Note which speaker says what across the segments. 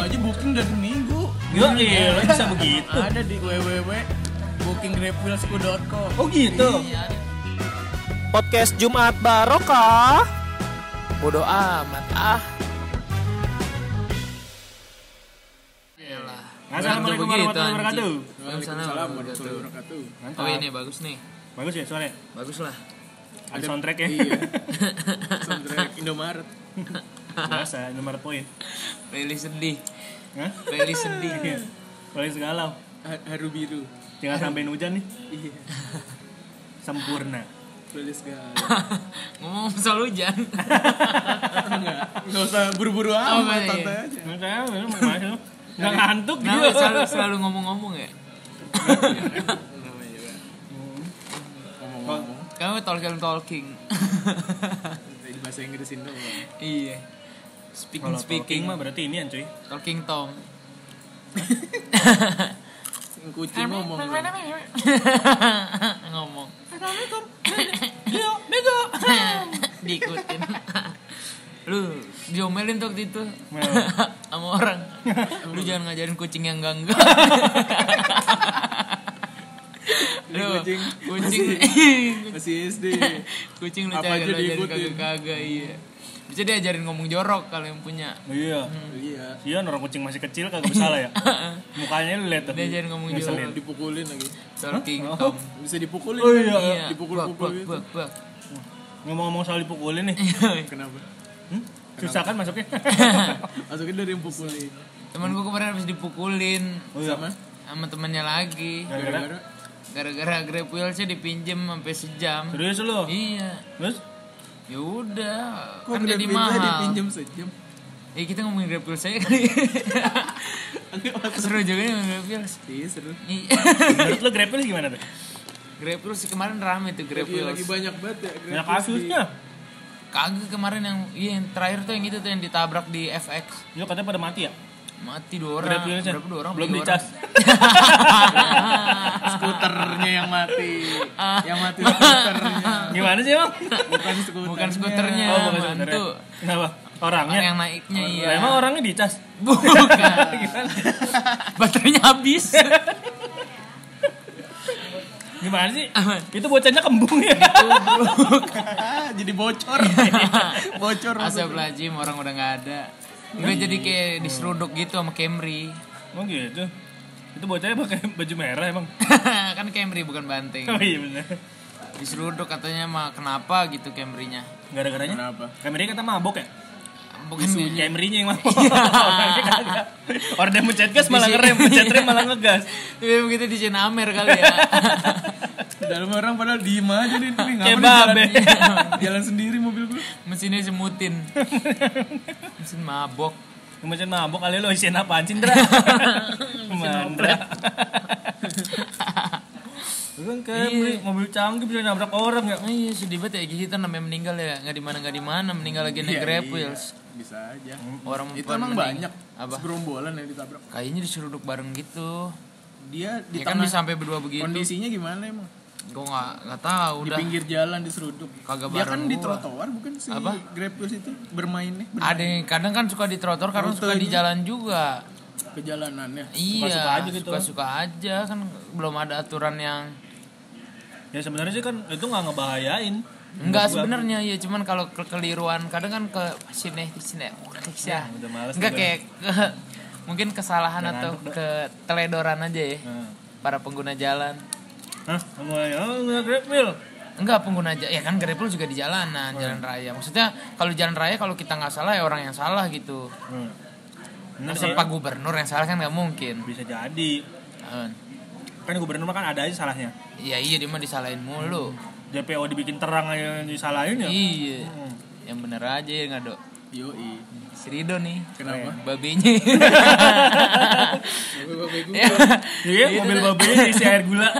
Speaker 1: dari minggu.
Speaker 2: Yo, iya, lo bisa begitu.
Speaker 1: Ada di www bookinggrabwheelsku.com.
Speaker 2: Oh gitu.
Speaker 1: Iya, ada.
Speaker 3: Podcast Jumat Barokah. Bodoh amat ah.
Speaker 2: Assalamualaikum warahmatullahi wabarakatuh.
Speaker 1: Waalaikumsalam warahmatullahi wabarakatuh.
Speaker 2: Mantap.
Speaker 4: Oh ini bagus nih,
Speaker 2: Bagus ya soalnya.
Speaker 4: bagus lah.
Speaker 2: Ada soundtrack ya.
Speaker 1: Iya. Soundtrack Indomaret.
Speaker 2: Biasa nomor poin.
Speaker 4: Playlist sedih,
Speaker 2: Hah? Iya.
Speaker 4: playlist sedih.
Speaker 2: Paling segalau.
Speaker 1: Ha- Haru biru.
Speaker 2: Jangan sampai hujan nih.
Speaker 1: Iya.
Speaker 2: Sempurna.
Speaker 1: Playlist galau.
Speaker 4: Ngomong soal hujan,
Speaker 1: Enggak. Enggak usah buru-buru
Speaker 4: Oh,
Speaker 1: amat,
Speaker 4: iya.
Speaker 1: santai aja.
Speaker 2: Enggak, lu mau kemana lu? Nah, Nggak ngantuk
Speaker 4: kenapa
Speaker 2: dia.
Speaker 4: selalu selalu ngomong-ngomong ya?
Speaker 1: Namanya juga.
Speaker 4: Kamu talking talking.
Speaker 1: Di bahasa ya. Inggrisin doang.
Speaker 4: iya. Speaking
Speaker 2: Kalau speaking
Speaker 4: speaking,
Speaker 2: mah berarti ini cuy.
Speaker 4: talking tom.
Speaker 1: Kucing ngomong.
Speaker 4: ngomong. Diikutin. Lu diomelin tuh waktu itu sama orang. Lu jangan ngajarin kucing yang enggak enggak. Lu
Speaker 1: Kucing.
Speaker 4: kucing
Speaker 1: Masih SD.
Speaker 4: kucing lu
Speaker 1: Apa
Speaker 4: jangan
Speaker 1: aja
Speaker 4: ngajarin
Speaker 1: diikutin.
Speaker 4: kagak-kagak iya. Bisa diajarin ngomong jorok kalau yang punya.
Speaker 2: Iya.
Speaker 1: Iya.
Speaker 2: Iya, orang kucing masih kecil kagak bersalah ya. Mukanya lu lihat tuh. Oh.
Speaker 4: Diajarin ngomong jorok.
Speaker 2: Ngeselin.
Speaker 1: Dipukulin lagi.
Speaker 4: Talking
Speaker 2: Hah?
Speaker 4: tom.
Speaker 1: Bisa dipukulin. kan?
Speaker 2: Oh, iya.
Speaker 4: Iya.
Speaker 1: Dipukul-pukul
Speaker 4: Bak,
Speaker 1: gitu.
Speaker 4: bak, bak,
Speaker 2: Ngomong-ngomong soal dipukulin nih.
Speaker 4: bak.
Speaker 1: Kenapa?
Speaker 2: Hmm? Susah kan masuknya?
Speaker 1: Masukin dari yang pukulin.
Speaker 4: Temen gue kemarin habis dipukulin
Speaker 2: Oh iya.
Speaker 1: Sama?
Speaker 4: sama temennya lagi
Speaker 2: Gara-gara.
Speaker 4: gara-gara grab wheelsnya dipinjem sampai sejam
Speaker 2: Serius lu?
Speaker 4: iya
Speaker 2: Terus?
Speaker 4: ya udah
Speaker 1: Kok
Speaker 4: kan
Speaker 1: udah
Speaker 4: jadi
Speaker 1: pindah
Speaker 4: mahal
Speaker 1: dipinjam sejam?
Speaker 4: ya kita ngomongin grab wheels aja kali
Speaker 1: Enggak masuk.
Speaker 4: seru juga nih ngomongin grab wheels
Speaker 1: Iya seru.
Speaker 4: Iya.
Speaker 2: Menurut lu grabnya gimana tuh?
Speaker 4: grab wheels sih kemarin rame tuh grab
Speaker 1: Iya lagi
Speaker 4: wheels
Speaker 1: banyak banget ya. Grab
Speaker 4: Iya, kan?
Speaker 2: Banyak
Speaker 1: Wheels di-
Speaker 2: kasusnya.
Speaker 4: kagak kemarin yang iya yang terakhir tuh yang itu tuh yang ditabrak di FX
Speaker 2: Lu katanya pada mati ya?
Speaker 4: mati dua orang
Speaker 2: Grab wheelsnya?
Speaker 4: berapa dua orang
Speaker 2: Belum
Speaker 4: Tiga
Speaker 2: dicas.
Speaker 4: orang.
Speaker 1: Skuternya yang mati.
Speaker 4: Ah.
Speaker 1: yang mati skuternya.
Speaker 2: Gimana sih emang?
Speaker 1: Bukan skuter.
Speaker 4: bukan skuternya
Speaker 2: Oh, bukan
Speaker 4: Iya, mantu
Speaker 2: sebenarnya. Kenapa? Orangnya?
Speaker 4: orang yang naiknya iya
Speaker 2: Lah, Emang orangnya dicas?
Speaker 4: Bukan. Baterainya habis.
Speaker 2: Gimana sih?
Speaker 4: Aman.
Speaker 2: Itu bocahnya kembung ya?
Speaker 4: Gitu.
Speaker 1: Ah, jadi bocor. bocor.
Speaker 4: Asap lajim orang udah nggak ada. Gue jadi kayak
Speaker 2: Iya.
Speaker 4: diseruduk gitu sama Camry.
Speaker 2: Emang gitu? Itu bocahnya pakai baju merah emang?
Speaker 4: kan Camry bukan banteng.
Speaker 2: Oh iya bener
Speaker 4: Diseruduk katanya mah kenapa gitu Camry-nya.
Speaker 2: Gara-garanya?
Speaker 1: Kenapa?
Speaker 2: Kameranya kata mabok ya?
Speaker 4: Bukan
Speaker 2: Kameranya yang mabok
Speaker 4: Iya.
Speaker 2: Orangnya kagak Order mencet gas malah ngerem Mencet rem malah ngegas
Speaker 4: Tapi Iya, begitu di Amer kali ya.
Speaker 1: Dalam orang padahal diem aja nih. Ini
Speaker 2: Kayak
Speaker 1: ngapain jalan-
Speaker 2: babe.
Speaker 1: Jalan sendiri mobil gue.
Speaker 4: Mesinnya semutin. Mesin mabok.
Speaker 2: Mencet mabok kali lo isiin apaan sih Ndra? Mandra Kan Camry,
Speaker 4: Iya.
Speaker 2: mobil canggih bisa nabrak orang ya
Speaker 4: Oh, iya sedih banget ya kita namanya meninggal ya nggak di mana nggak di mana meninggal lagi naik
Speaker 1: Iya,
Speaker 4: grab
Speaker 1: iya.
Speaker 4: wheels
Speaker 1: Bisa aja.
Speaker 4: orang
Speaker 1: Itu
Speaker 4: perempuan
Speaker 1: emang
Speaker 4: mening-
Speaker 1: banyak.
Speaker 4: apa
Speaker 1: Segerombolan yang ditabrak.
Speaker 4: kayaknya diseruduk bareng gitu
Speaker 1: Dia di
Speaker 4: ya kan
Speaker 1: tengah
Speaker 4: bisa sampai berdua begitu
Speaker 1: kondisinya gimana emang?
Speaker 4: gue nggak nggak tahu
Speaker 1: Di
Speaker 4: udah
Speaker 1: pinggir jalan diseruduk.
Speaker 4: Kagak
Speaker 1: Dia
Speaker 4: bareng
Speaker 1: kan di
Speaker 4: gua.
Speaker 1: trotoar bukan sih?
Speaker 4: Apa?
Speaker 1: Grab Wheels itu bermainnya ber-
Speaker 4: ada yang kadang kan suka di trotoar karena suka di
Speaker 1: Rutenya.
Speaker 4: jalan juga
Speaker 1: ke jalanannya.
Speaker 2: Suka-suka
Speaker 4: iya
Speaker 2: aja gitu.
Speaker 4: suka suka aja kan belum ada aturan yang
Speaker 2: Ya sebenarnya sih kan itu nggak ngebahayain
Speaker 4: enggak sebenarnya ya cuman kalau kekeliruan kadang kan ke sini sini ya
Speaker 2: udah males
Speaker 4: enggak
Speaker 2: juga.
Speaker 4: kayak ke- mungkin kesalahan atau keteledoran aja ya
Speaker 2: Nah.
Speaker 4: para pengguna jalan
Speaker 2: Hah? Kamu aja nggak grab wheel?
Speaker 4: Enggak pengguna aja ya kan grab lu juga di jalanan, jalan raya. Maksudnya kalau jalan raya kalau kita nggak salah ya orang yang salah gitu.
Speaker 2: Hmm. Bener
Speaker 4: Masa
Speaker 1: ya.
Speaker 2: sih.
Speaker 4: Pak Gubernur yang salah kan nggak
Speaker 2: iya.
Speaker 4: mungkin.
Speaker 2: Bisa jadi.
Speaker 4: Eh,
Speaker 2: Kan gubernur mah kan ada aja salahnya.
Speaker 4: Iya iya dia mah disalahin mulu.
Speaker 2: DPO dibikin terang aja yang disalahin ya.
Speaker 4: Iya.
Speaker 2: Hmm.
Speaker 4: Yang bener aja ya nggak dok.
Speaker 1: Yoi.
Speaker 4: Si Rido nih.
Speaker 1: Kenapa? ya?
Speaker 4: Babenya.
Speaker 1: Babe-babe gue.
Speaker 4: Ya,
Speaker 2: Iya,
Speaker 4: gitu
Speaker 2: mobil
Speaker 4: tuh.
Speaker 2: babenya diisi air gula.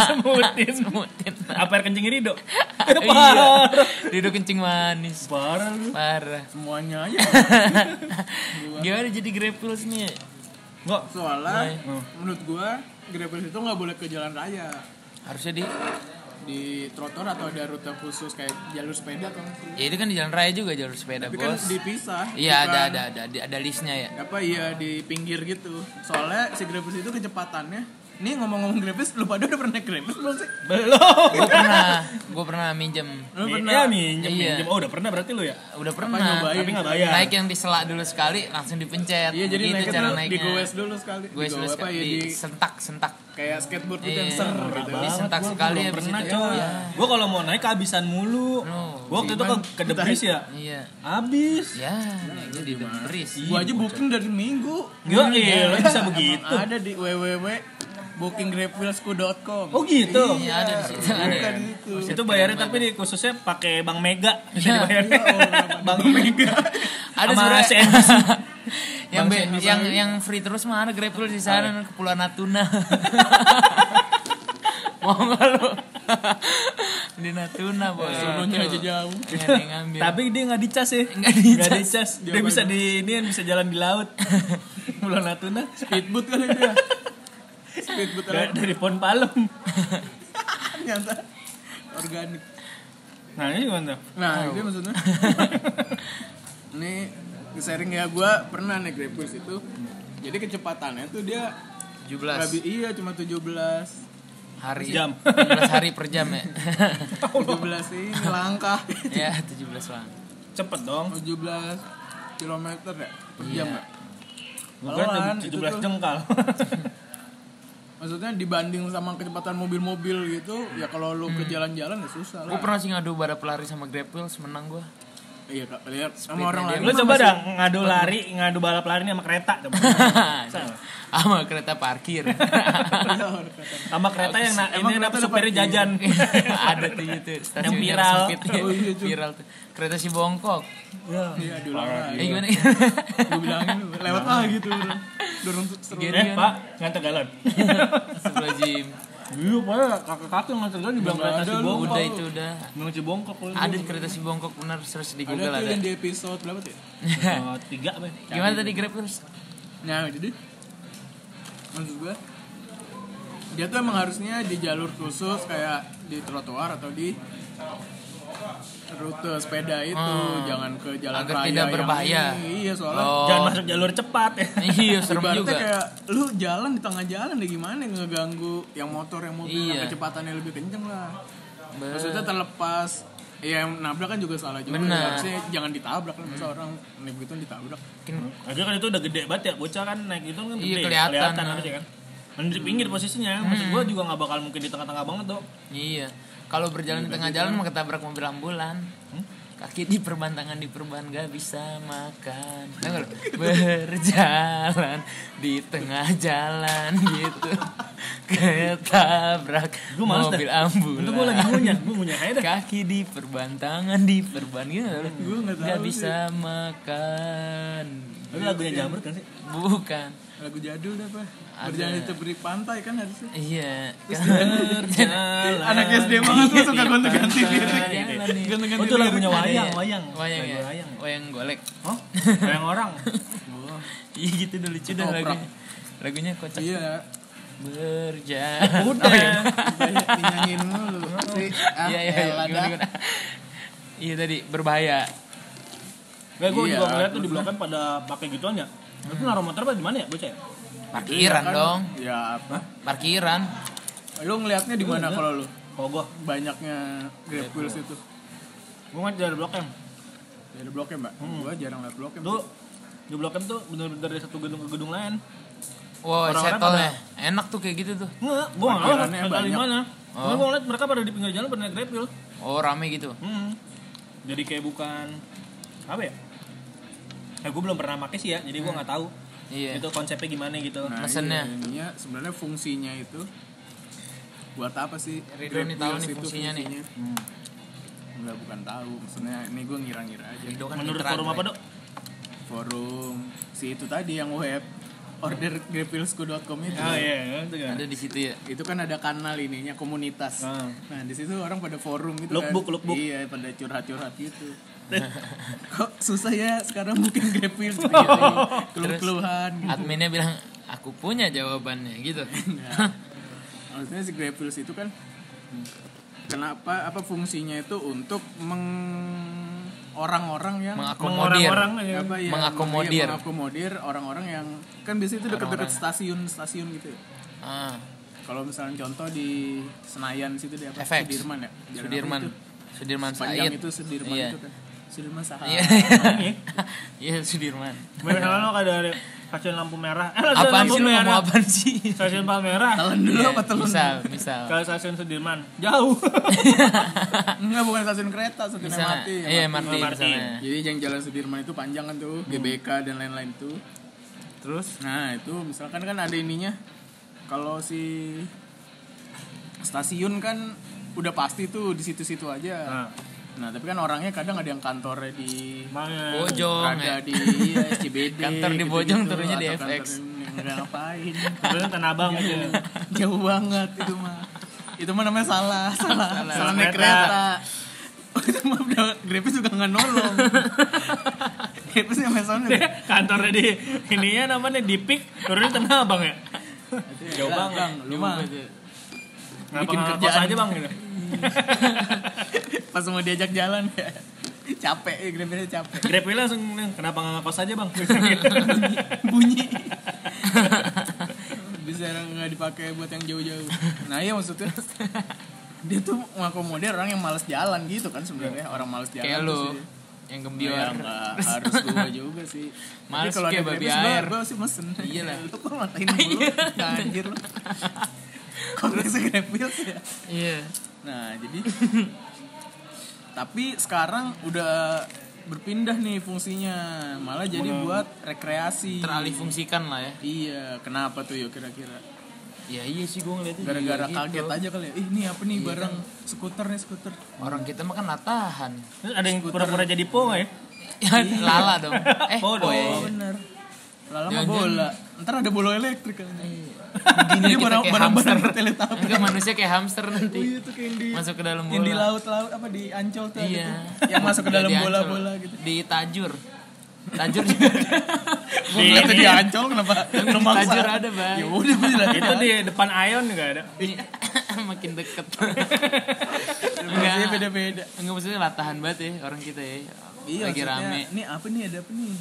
Speaker 2: Semutin.
Speaker 4: Semutin.
Speaker 2: Apa air kencing Rido?
Speaker 4: Iya.
Speaker 2: Parah.
Speaker 4: Rido kencing manis.
Speaker 2: Parah lu.
Speaker 4: Parah.
Speaker 1: Semuanya aja.
Speaker 4: Gimana jadi grab wheels nih?
Speaker 2: Enggak.
Speaker 1: Soalnya
Speaker 2: Hmm.
Speaker 1: menurut gua Grab Wheels itu nggak boleh ke jalan raya.
Speaker 4: Harusnya di
Speaker 1: di trotoar atau ada rute khusus kayak jalur sepeda atau apa sih?
Speaker 4: Ya itu kan di jalan raya juga jalur sepeda
Speaker 1: Tapi kan
Speaker 4: bos.
Speaker 1: dipisah.
Speaker 4: Iya
Speaker 1: bukan-
Speaker 4: ada ada ada ada, ada listnya ya.
Speaker 1: Apa iya di pinggir gitu. Soalnya si Grabus itu kecepatannya ini ngomong-ngomong Grabus, lu pada udah pernah naik Grabus belum sih?
Speaker 2: Belum.
Speaker 4: Gue pernah gue pernah minjem.
Speaker 1: Lu
Speaker 2: Mi-
Speaker 1: pernah?
Speaker 2: Ya minjem,
Speaker 4: Iya.
Speaker 2: minjem. Oh udah pernah berarti lu ya?
Speaker 4: Udah pernah.
Speaker 1: nyobain?
Speaker 2: Tapi nggak bayar.
Speaker 4: Naik yang diselak dulu sekali langsung dipencet.
Speaker 1: Iya jadi
Speaker 4: Gitu
Speaker 1: naiknya
Speaker 4: cara
Speaker 1: tuh
Speaker 4: naiknya.
Speaker 1: digoes dulu sekali.
Speaker 4: Gue
Speaker 1: Digoes
Speaker 4: dulu
Speaker 1: apa
Speaker 4: sekali
Speaker 1: ya
Speaker 4: di
Speaker 1: di
Speaker 4: sentak sentak.
Speaker 1: kayak skateboard gitu yang
Speaker 4: Iya.
Speaker 1: ser
Speaker 4: Murah
Speaker 1: gitu.
Speaker 4: banget. Disentak
Speaker 2: Gua
Speaker 4: sekali
Speaker 2: belum
Speaker 4: abis
Speaker 2: pernah
Speaker 4: itu. Oh,
Speaker 2: coy.
Speaker 4: Iya.
Speaker 2: Gue kalau mau naik kehabisan mulu.
Speaker 4: No.
Speaker 2: Gue waktu itu ke, ke The Breeze ya.
Speaker 4: Iya.
Speaker 2: Abis.
Speaker 4: Ya, itu di Debris.
Speaker 1: Gua aja booking dari minggu.
Speaker 2: Yo, iya, lo bisa
Speaker 1: Emang
Speaker 2: begitu.
Speaker 1: Ada di www bookinggrabwheelsku.com.
Speaker 2: Oh gitu.
Speaker 4: Iya, ada di situ. ada.
Speaker 1: Bukan kan itu.
Speaker 2: Itu bayarnya tapi di khususnya pakai Bank Mega. Bisa
Speaker 4: Iya.
Speaker 2: dibayarnya. Bank Mega.
Speaker 4: Ada
Speaker 2: Sama
Speaker 4: sebenarnya-
Speaker 2: CNBC.
Speaker 4: yang
Speaker 2: Bang
Speaker 4: be-
Speaker 2: Sandy
Speaker 4: yang yang free terus mah ada Grab Food di sana Kepulauan Natuna. Mau nggak lu? di Natuna bos.
Speaker 1: Sebenarnya aja jauh.
Speaker 4: Nggak ada yang Iya, ngambil.
Speaker 2: Tapi dia nggak dicas ya.
Speaker 4: Nggak dicas.
Speaker 2: Nggak dicas. Dia bisa di ini kan, bisa jalan di laut. Pulau Natuna.
Speaker 1: Speedboat kali dia. kan ya? Speedboot
Speaker 2: Dari, dari Pon Palem.
Speaker 1: ternyata organik.
Speaker 2: Nah ini gimana tuh?
Speaker 1: Nah, itu maksudnya. Ini sharing ya gua pernah naik Grab Wheels itu. Jadi kecepatannya tuh dia
Speaker 4: 17
Speaker 1: nggak bi- iya cuma 17
Speaker 4: hari.
Speaker 2: Jam.
Speaker 4: 17 hari per jam ya.
Speaker 1: 17 ini langkah
Speaker 4: ya, 17 lah.
Speaker 2: Cepet dong.
Speaker 1: 17 kilometer ya per
Speaker 2: Iya.
Speaker 1: jam ya.
Speaker 2: Bukan
Speaker 1: Pelan, itu
Speaker 2: 17
Speaker 1: tuh.
Speaker 2: jengkal.
Speaker 1: Maksudnya dibanding sama kecepatan mobil-mobil gitu, ya kalau lu ke jalan-jalan ya susah lah.
Speaker 4: Gue Hmm. pernah sih ngadu pada pelari sama Grab Wheels, menang gue.
Speaker 1: Iya, Kak, lihat sama orang lain.
Speaker 2: Lu coba dah ngadu lari, ngadu balap lari nih sama kereta. coba.
Speaker 4: Sama kereta parkir.
Speaker 1: Iya, orang kata.
Speaker 2: Sama kereta yang na-
Speaker 1: Emang
Speaker 2: ini
Speaker 1: kereta
Speaker 2: dapat
Speaker 1: ada
Speaker 2: supir
Speaker 1: parkir?
Speaker 2: jajan.
Speaker 4: Iya. ada tuh gitu stasiun
Speaker 2: Yang viral.
Speaker 4: Jalan Sempit, ya.
Speaker 1: Oh, iya, cuy.
Speaker 4: viral tuh. Kereta si bongkok.
Speaker 1: Iya, diulang
Speaker 4: Eh
Speaker 1: lagi.
Speaker 4: gimana?
Speaker 1: Gue bilangin lewat
Speaker 4: Nah.
Speaker 1: lah gitu. dorong. Dorong tuh seru.
Speaker 4: Gini
Speaker 2: Eh,
Speaker 4: kan.
Speaker 2: Pak, nganter galon.
Speaker 4: Sebelah gym.
Speaker 2: Iya, Pak, kakak-kakak nganter galon dibilang
Speaker 1: Nggak
Speaker 2: kereta
Speaker 1: ada
Speaker 2: si
Speaker 1: lu.
Speaker 2: bongkok.
Speaker 4: Udah itu udah.
Speaker 2: Bilang si bongkok lu.
Speaker 4: Ada kereta si bongkok benar terus di Google
Speaker 1: Ada tuh
Speaker 4: ada.
Speaker 1: yang di episode berapa tuh ya?
Speaker 2: Oh, Tiga, Pak.
Speaker 4: Gimana tadi Grab terus?
Speaker 1: Nah, jadi maksud gue dia tuh emang harusnya di jalur khusus kayak di trotoar atau di rute sepeda itu jangan ke jalan
Speaker 4: Hmm. Agar
Speaker 1: raya
Speaker 4: tidak
Speaker 1: yang
Speaker 4: berbahaya.
Speaker 1: ini. iya soalnya
Speaker 2: Jangan
Speaker 4: Oh.
Speaker 2: masuk jalur cepat ya.
Speaker 4: Iya, serem
Speaker 1: ibaratnya
Speaker 4: juga.
Speaker 1: kayak lu jalan di tengah jalan deh gimana ngeganggu yang motor yang mobil yang
Speaker 4: Iya.
Speaker 1: kecepatannya lebih kenceng lah
Speaker 4: Bener.
Speaker 1: maksudnya terlepas ya yang nabrak kan juga salah juga
Speaker 4: Benar.
Speaker 1: harusnya jangan ditabrak kan masa orang naik gitu ditabrak
Speaker 4: Mungkin-
Speaker 2: Lagi kan itu udah gede banget ya, bocah kan naik itu kan
Speaker 4: Iya,
Speaker 2: gede.
Speaker 4: kelihatan.
Speaker 2: Kelihatan harusnya kan. Dan di pinggir posisinya, maksud gua juga gak bakal mungkin di tengah-tengah banget tuh.
Speaker 4: Iya. Kalau berjalan di
Speaker 2: Iya,
Speaker 4: tengah
Speaker 2: kan-
Speaker 4: jalan mau ketabrak mobil ambulan.
Speaker 2: Hmm?
Speaker 4: Kaki di perban, tangan di perban, gak bisa makan. Tahu nggak lu? Berjalan di tengah jalan gitu. Ketabrak
Speaker 2: Gua males
Speaker 4: mobil
Speaker 2: dah.
Speaker 4: ambulan.
Speaker 2: Itu gua lagi ngunyah, gua ngunyah aja dah.
Speaker 4: Kaki di perban, tangan di perban gitu. nggak lu?
Speaker 1: Gua nggak tahu
Speaker 4: Nggak bisa makan.
Speaker 2: Itu lagunya jamur kan sih?
Speaker 4: Bukan.
Speaker 1: lagu jadul deh pak berjalan di tepi pantai kan harusnya
Speaker 4: Iya. Nah,
Speaker 2: Berjalan.
Speaker 1: anak SD banget tuh suka gonta-ganti diri
Speaker 4: Jalan nih.
Speaker 1: ganti-ganti
Speaker 2: Oh, itu lagunya
Speaker 4: Ada
Speaker 2: wayang,
Speaker 4: ya?
Speaker 2: wayang.
Speaker 4: Wayang ya.
Speaker 2: Wayang.
Speaker 4: Wayang golek.
Speaker 2: Hah? Bayang orang.
Speaker 1: Oh,
Speaker 4: Iya gitu dulu lucu dah
Speaker 1: Ketoprak.
Speaker 4: lagunya. Lagunya kocak.
Speaker 1: iya
Speaker 4: Berjalan.
Speaker 2: Udah.
Speaker 4: Oh, iya.
Speaker 1: banyak Nah, dinyanyiin mulu sih ah
Speaker 4: Iya iya iya.
Speaker 1: elah
Speaker 4: Gimana,
Speaker 1: dah.
Speaker 4: gimana? Iya tadi berbahaya.
Speaker 2: Gak, gue
Speaker 1: Iya,
Speaker 2: juga ngeliat tuh di blok M pada pakai gituan ya. Itu naruh motor apa di mana ya, bocah ya?
Speaker 4: Parkiran
Speaker 1: Kan-
Speaker 4: dong.
Speaker 1: ya apa
Speaker 4: Parkiran.
Speaker 1: lu ngelihatnya di mana kalau lu
Speaker 2: Kalau gue,
Speaker 1: banyaknya grab wheels itu
Speaker 2: gue ngeliat dari blok M.
Speaker 1: dari blok M mbak
Speaker 4: Hmm.
Speaker 1: gua jarang lihat blok M
Speaker 2: Tuh di blok M tuh bener-bener dari satu gedung ke gedung lain.
Speaker 4: Wow,
Speaker 2: Orang-orang
Speaker 4: settle Enak tuh kayak gitu tuh.
Speaker 2: Enggak, gue nggak ngeliat
Speaker 1: Parkirannya
Speaker 2: ada di
Speaker 1: banyak. Oh.
Speaker 2: mana. Gue gue ngeliat mereka pada di pinggir jalan pada naik grab wheel.
Speaker 4: Oh, rame gitu.
Speaker 2: Hmm. Jadi kayak bukan apa ya? Ya gue belum pernah pakai sih ya, jadi gue nggak tahu
Speaker 4: Iya.
Speaker 2: itu konsepnya gimana gitu.
Speaker 1: nah
Speaker 4: Mesennya.
Speaker 1: iya, ininya sebenarnya fungsinya itu buat apa sih
Speaker 4: Ridho nih
Speaker 1: Grab
Speaker 4: tahu
Speaker 1: Wheels
Speaker 4: nih
Speaker 1: itu
Speaker 4: fungsinya nih.
Speaker 1: Enggak, bukan tahu maksudnya ini gua ngira-ngira aja
Speaker 4: Ridho kan
Speaker 2: Menurut
Speaker 4: mitra
Speaker 2: forum
Speaker 4: gue.
Speaker 1: ya.
Speaker 2: apa dok?
Speaker 1: forum si itu tadi yang web order grabwheelsku.com itu
Speaker 2: Oh iya, itu kan.
Speaker 4: Ada di situ ya.
Speaker 1: itu kan ada kanal ininya komunitas
Speaker 4: Oh.
Speaker 2: Ah.
Speaker 1: nah di situ orang pada forum gitu
Speaker 2: Lookbook,
Speaker 1: kan
Speaker 2: lookbook.
Speaker 1: iya pada curhat curhat gitu kok susah ya sekarang mungkin grab wheels gitu keluh keluhan gitu.
Speaker 4: Adminnya bilang aku punya jawabannya gitu.
Speaker 1: maksudnya si grab wheels itu kan kenapa apa fungsinya itu untuk meng orang-orang yang
Speaker 4: mengakomodir
Speaker 2: Orang-orang aja.
Speaker 1: apa ya,
Speaker 4: mengakomodir.
Speaker 1: iya, mengakomodir orang-orang yang kan biasanya itu dekat-dekat stasiun-stasiun gitu ya.
Speaker 4: Ah,
Speaker 1: Kalau misalnya contoh di Senayan situ di apa?
Speaker 4: FX.
Speaker 1: Sudirman ya. Jalan
Speaker 4: Sudirman
Speaker 1: apa
Speaker 4: Sudirman
Speaker 1: Itu, panjang
Speaker 4: Said
Speaker 1: itu Sudirman
Speaker 4: Iya.
Speaker 1: itu kan. Sudirman Saha.
Speaker 4: Iya.
Speaker 2: Iya.
Speaker 4: Iya Sudirman
Speaker 2: Misalnya lo kan ada ada stasiun lampu merah. Eh, stasiun
Speaker 4: Apaan
Speaker 2: lampu
Speaker 4: sih lu
Speaker 2: merah.
Speaker 4: ngomong apaan sih
Speaker 2: Stasiun Palmerah.
Speaker 1: Telan dulu
Speaker 4: Iya,
Speaker 1: apa telan?
Speaker 4: Misal Misal
Speaker 2: Kalau stasiun Sudirman jauh.
Speaker 1: Enggak bukan stasiun kereta, stasiun
Speaker 4: Misalnya
Speaker 1: MRT.
Speaker 4: Iya Marti
Speaker 2: MRT.
Speaker 4: misalnya
Speaker 1: Jadi yang jalan Sudirman itu panjang kan tuh,
Speaker 4: Hmm.
Speaker 1: GBK dan lain-lain tuh.
Speaker 2: Terus
Speaker 1: Nah, itu misalkan kan ada ininya. Kalau si stasiun kan udah pasti tuh di situ-situ aja.
Speaker 4: Ah.
Speaker 2: Nah.
Speaker 1: Nah, tapi kan orangnya kadang ada yang kantornya di
Speaker 2: mana?
Speaker 4: Bojong
Speaker 1: ada
Speaker 4: ya.
Speaker 1: di iya, SCBD.
Speaker 4: Kantor di
Speaker 1: gitu-gitu,
Speaker 4: Bojong, turunnya di
Speaker 1: atau kantor
Speaker 4: FX.
Speaker 1: yang nggak ngapain.
Speaker 2: Kebetulan Tanah Abang gitu.
Speaker 1: Jauh banget itu mah. Itu mah namanya salah, salah, salah, naik
Speaker 2: Kereta.
Speaker 1: kereta. Itu mah udah Grepes juga nggak nolong. Grepes yang mesonya.
Speaker 2: Kantornya di ini ya namanya di Pik, turunnya Tanah Abang ya.
Speaker 1: Jauh banget. ya. Bang, lu mah
Speaker 2: Bikin
Speaker 1: Bikin
Speaker 2: kerja
Speaker 1: kerjaan.
Speaker 2: aja Bang gitu.
Speaker 1: pas mau diajak jalan ya. Capek, ya, Grepesnya capek.
Speaker 2: Grab wheel langsung kenapa nggak ngekos aja bang?
Speaker 1: bunyi bisa nggak dipakai buat yang jauh-jauh nah iya maksudnya dia tuh mengakomodir orang yang malas jalan gitu kan sebenarnya orang malas jalan
Speaker 4: Kayak
Speaker 1: tuh
Speaker 4: lu
Speaker 1: sih.
Speaker 4: Yang
Speaker 1: Ya,
Speaker 4: gembiar
Speaker 1: nggak harus gua juga sih
Speaker 4: Males
Speaker 1: Tapi kalau
Speaker 4: kayak
Speaker 1: ada
Speaker 4: babi
Speaker 1: Grabis, gua-
Speaker 4: air.
Speaker 1: gua sih mesen
Speaker 4: Iya lah. Iya.
Speaker 1: lu kok matain mulu anjir lu kalau bisa grab wheels ya
Speaker 4: Iya
Speaker 1: Nah, jadi tapi sekarang udah berpindah nih fungsinya. Malah jadi buat rekreasi.
Speaker 4: Teralih fungsikan lah ya
Speaker 1: Iya, kenapa tuh yo kira-kira?
Speaker 4: Ya iya sih gue ngeliatnya juga
Speaker 1: Gara-gara
Speaker 4: gitu. Iya kan?
Speaker 1: kaget aja kali ya. Ih, ini apa nih barang skuter nih skuter.
Speaker 4: Orang kita mah kan latahan
Speaker 2: Terus ada yang pura-pura jadi po nggak ya?
Speaker 4: Ya, Lala dong Eh
Speaker 2: Po dong.
Speaker 4: boy.
Speaker 1: Iya. Oh, bener. Lala mah
Speaker 4: Jangan-jangan.
Speaker 1: bola. Ntar ada bola elektrik kan.
Speaker 4: Begini
Speaker 1: Ini
Speaker 4: Iya. kita
Speaker 1: barang-
Speaker 4: kayak
Speaker 1: barang-barang
Speaker 4: hamster.
Speaker 1: berteletubbies.
Speaker 4: Enggak manusia kayak hamster nanti
Speaker 1: Wih, itu kayak yang di
Speaker 4: Masuk ke dalam
Speaker 1: yang di
Speaker 4: bola
Speaker 1: laut-laut apa di Ancol tuh ada
Speaker 4: Iya
Speaker 1: tuh. Yang masuk ke
Speaker 4: Udah
Speaker 1: dalam
Speaker 4: di Ancol.
Speaker 1: bola-bola gitu.
Speaker 4: Di tajur Tajur juga ada
Speaker 1: Gua ngeliatnya di Ancol kenapa? Kenapa
Speaker 4: Tajur ada, Bang.
Speaker 1: Ya udah gua jelas.
Speaker 2: Itu di depan Ion juga ada.
Speaker 4: Makin deket
Speaker 1: Maksudnya
Speaker 4: Enggak
Speaker 1: beda-beda.
Speaker 4: Enggak maksudnya latahan banget ya orang kita ya Lagi
Speaker 1: Iya, maksudnya,
Speaker 4: rame
Speaker 1: Nih apa nih ada apa nih?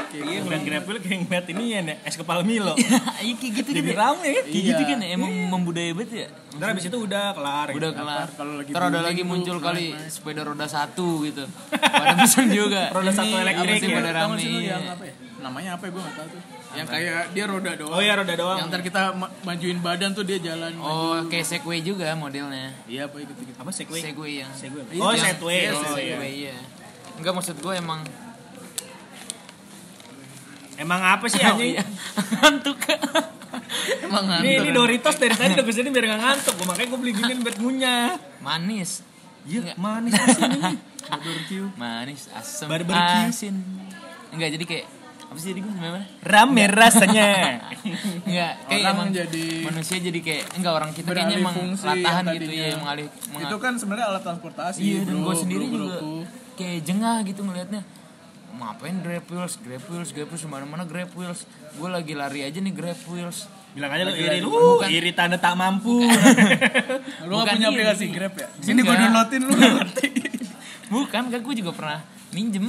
Speaker 1: Kayak
Speaker 2: Iya
Speaker 1: gitu.
Speaker 2: ngeliat Grab wheel kayak ngeliat ini ya nih, es kepala Milo.
Speaker 4: Iya kayak gitu
Speaker 2: Jadi
Speaker 4: gitu
Speaker 2: rame ya.
Speaker 4: Kayak gitu
Speaker 1: Iya.
Speaker 4: kan ya, emang membudaya banget ya
Speaker 2: Ntar abis itu udah kelar. gitu.
Speaker 4: Udah kelar
Speaker 1: kalau lagi
Speaker 4: Ntar ada
Speaker 1: booming
Speaker 4: lagi
Speaker 1: tuh,
Speaker 4: muncul kali sepeda roda satu gitu Pada pesan juga
Speaker 2: Roda satu
Speaker 4: Ini
Speaker 2: elektrik
Speaker 4: apa sih
Speaker 2: ya.
Speaker 4: pada
Speaker 1: Tahu
Speaker 4: rame
Speaker 1: sih lu yang apa ya? Namanya apa ya gue gak tahu tuh. Yang kayak dia roda doang.
Speaker 2: Oh iya roda
Speaker 1: Yang
Speaker 2: doang.
Speaker 1: ntar kita ma- majuin badan tuh dia jalan.
Speaker 4: Oh kayak segway juga modelnya
Speaker 1: Iya apa gitu gitu.
Speaker 2: Apa segway?
Speaker 4: Segway yang
Speaker 2: Segway.
Speaker 1: Iya,
Speaker 2: Oh
Speaker 1: yang-
Speaker 2: segway.
Speaker 1: iya,
Speaker 2: Oh, iya.
Speaker 4: Segway iya Enggak maksud gue emang
Speaker 2: Emang apa sih
Speaker 4: Oh,
Speaker 2: anjing?
Speaker 4: iya. Ngantuk
Speaker 1: Emang
Speaker 2: Ini, ini Doritos dari tadi udah kesini biar gak ngantuk. Gua makanya gue beli gini buat ngunyah.
Speaker 4: Manis
Speaker 2: Iya, manis asin ini. Barbecue.
Speaker 4: Manis asam
Speaker 2: Barbecue.
Speaker 4: asin Enggak jadi kayak Apa sih tadi gue namanya?
Speaker 2: Rame rasanya.
Speaker 4: Enggak kayak
Speaker 1: Orang
Speaker 4: emang
Speaker 1: jadi
Speaker 4: manusia jadi kayak Enggak orang kita kayaknya
Speaker 1: beralih
Speaker 4: emang
Speaker 1: fungsi
Speaker 4: latahan
Speaker 1: yang
Speaker 4: gitu ya
Speaker 1: tadinya.
Speaker 4: yang mengalih
Speaker 1: Itu kan sebenarnya alat transportasi.
Speaker 4: Iya dan
Speaker 1: bro,
Speaker 4: gue sendiri
Speaker 1: bro,
Speaker 4: juga
Speaker 1: broku.
Speaker 4: kayak jengah gitu ngelihatnya ngapain grab wheels, grab wheels, grab wheels, mana-mana grab wheels. Gue lagi lari aja nih grab wheels.
Speaker 2: Bilang aja lu iri lu,
Speaker 4: Bukan.
Speaker 2: iri tanda tak mampu.
Speaker 1: Lu gak
Speaker 4: Bukan
Speaker 1: punya
Speaker 4: ini.
Speaker 1: aplikasi Grab ya? Di Sini gue
Speaker 4: Enggak.
Speaker 1: downloadin lu gak ngerti.
Speaker 4: Bukan, kan gue juga pernah minjem.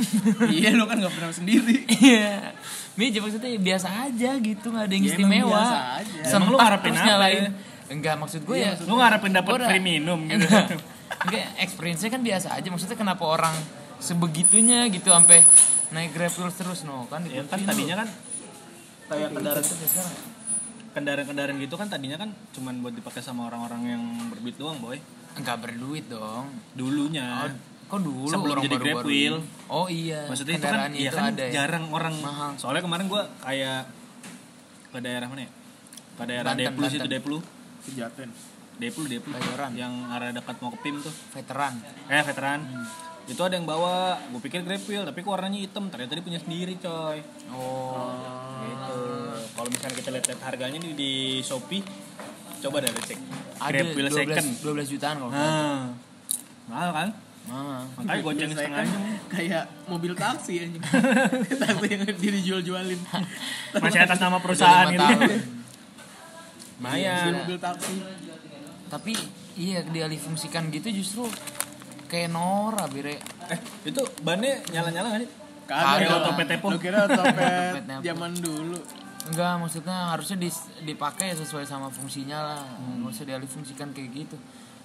Speaker 1: Iya lu kan gak pernah sendiri.
Speaker 4: Iya. minjem maksudnya ya biasa aja gitu, nggak ada yang
Speaker 1: Ya, emang
Speaker 4: istimewa.
Speaker 1: biasa aja.
Speaker 4: Sempat
Speaker 2: Emang lu ngarepin
Speaker 4: terus
Speaker 2: apa
Speaker 4: nyalain.
Speaker 2: ya?
Speaker 4: Enggak maksud gue
Speaker 1: Iya,
Speaker 4: ya.
Speaker 2: lu ngarepin dapat
Speaker 4: Gua udah- Iya.
Speaker 2: free minum gitu.
Speaker 4: Enggak. Enggak, experience-nya kan biasa aja. Maksudnya kenapa orang sebegitunya gitu sampai naik grab wheels terus no kan
Speaker 2: ya kan
Speaker 4: diikutin lu.
Speaker 2: tadinya kan kayak kendaraan
Speaker 4: Terus ya sekarang.
Speaker 2: kendaraan-kendaraan gitu kan tadinya kan cuman buat dipakai sama orang-orang yang berduit doang, boy.
Speaker 4: enggak berduit dong.
Speaker 2: Dulunya.
Speaker 4: Oh, kok dulu
Speaker 2: Ya. Sebelum
Speaker 4: orang
Speaker 2: jadi
Speaker 4: baru-baru
Speaker 2: Grab wheel.
Speaker 4: ini? Oh iya.
Speaker 2: Maksudnya itu kan,
Speaker 4: kendaraannya
Speaker 2: ya kan
Speaker 4: ada ya.
Speaker 2: jarang orang
Speaker 4: Mahal.
Speaker 2: Soalnya kemarin gua kayak ke daerah mana ya? Ke daerah
Speaker 4: Banten,
Speaker 2: Deplu situ
Speaker 4: Banten.
Speaker 2: Deplu.
Speaker 1: Kejaten.
Speaker 2: Deplu, Deplu.
Speaker 4: Bayoran.
Speaker 2: Yang arah dekat mau ke PIM tuh.
Speaker 4: veteran.
Speaker 2: Eh, veteran.
Speaker 4: Hmm.
Speaker 2: Itu ada yang bawa, gue pikir Grab wheel, tapi kok warnanya hitam. Ternyata dia punya sendiri, coy.
Speaker 4: Oh.
Speaker 2: Gitu. Kalau misalnya kita lihat harganya di, di Shopee, coba deh cek.
Speaker 4: Ada
Speaker 2: Grab wheel
Speaker 4: 12,
Speaker 2: second.
Speaker 4: 12 jutaan kalau.
Speaker 2: Nah, mahal kan?
Speaker 4: Nah.
Speaker 2: Makanya goceng
Speaker 1: Biasanya
Speaker 2: setengah
Speaker 1: kan
Speaker 2: aja.
Speaker 1: kayak mobil taksi anjing. taksi yang diri jual-jualin.
Speaker 2: Masih atas nama perusahaan
Speaker 4: Udah lima
Speaker 2: gitu.
Speaker 4: tahun.
Speaker 2: Lumayan.
Speaker 1: mobil taksi.
Speaker 4: tapi iya dialih fungsikan gitu justru kayak Nora bire
Speaker 2: Eh, itu bannya nyala-nyala gak sih?
Speaker 1: Kagak
Speaker 2: Kayak
Speaker 1: lah.
Speaker 2: otopet tepo.
Speaker 1: Lu kira otopet
Speaker 4: Otopet tepo.
Speaker 1: zaman dulu.
Speaker 4: enggak maksudnya harusnya dis- dipakai sesuai sama fungsinya lah nggak usah dialih fungsikan kayak gitu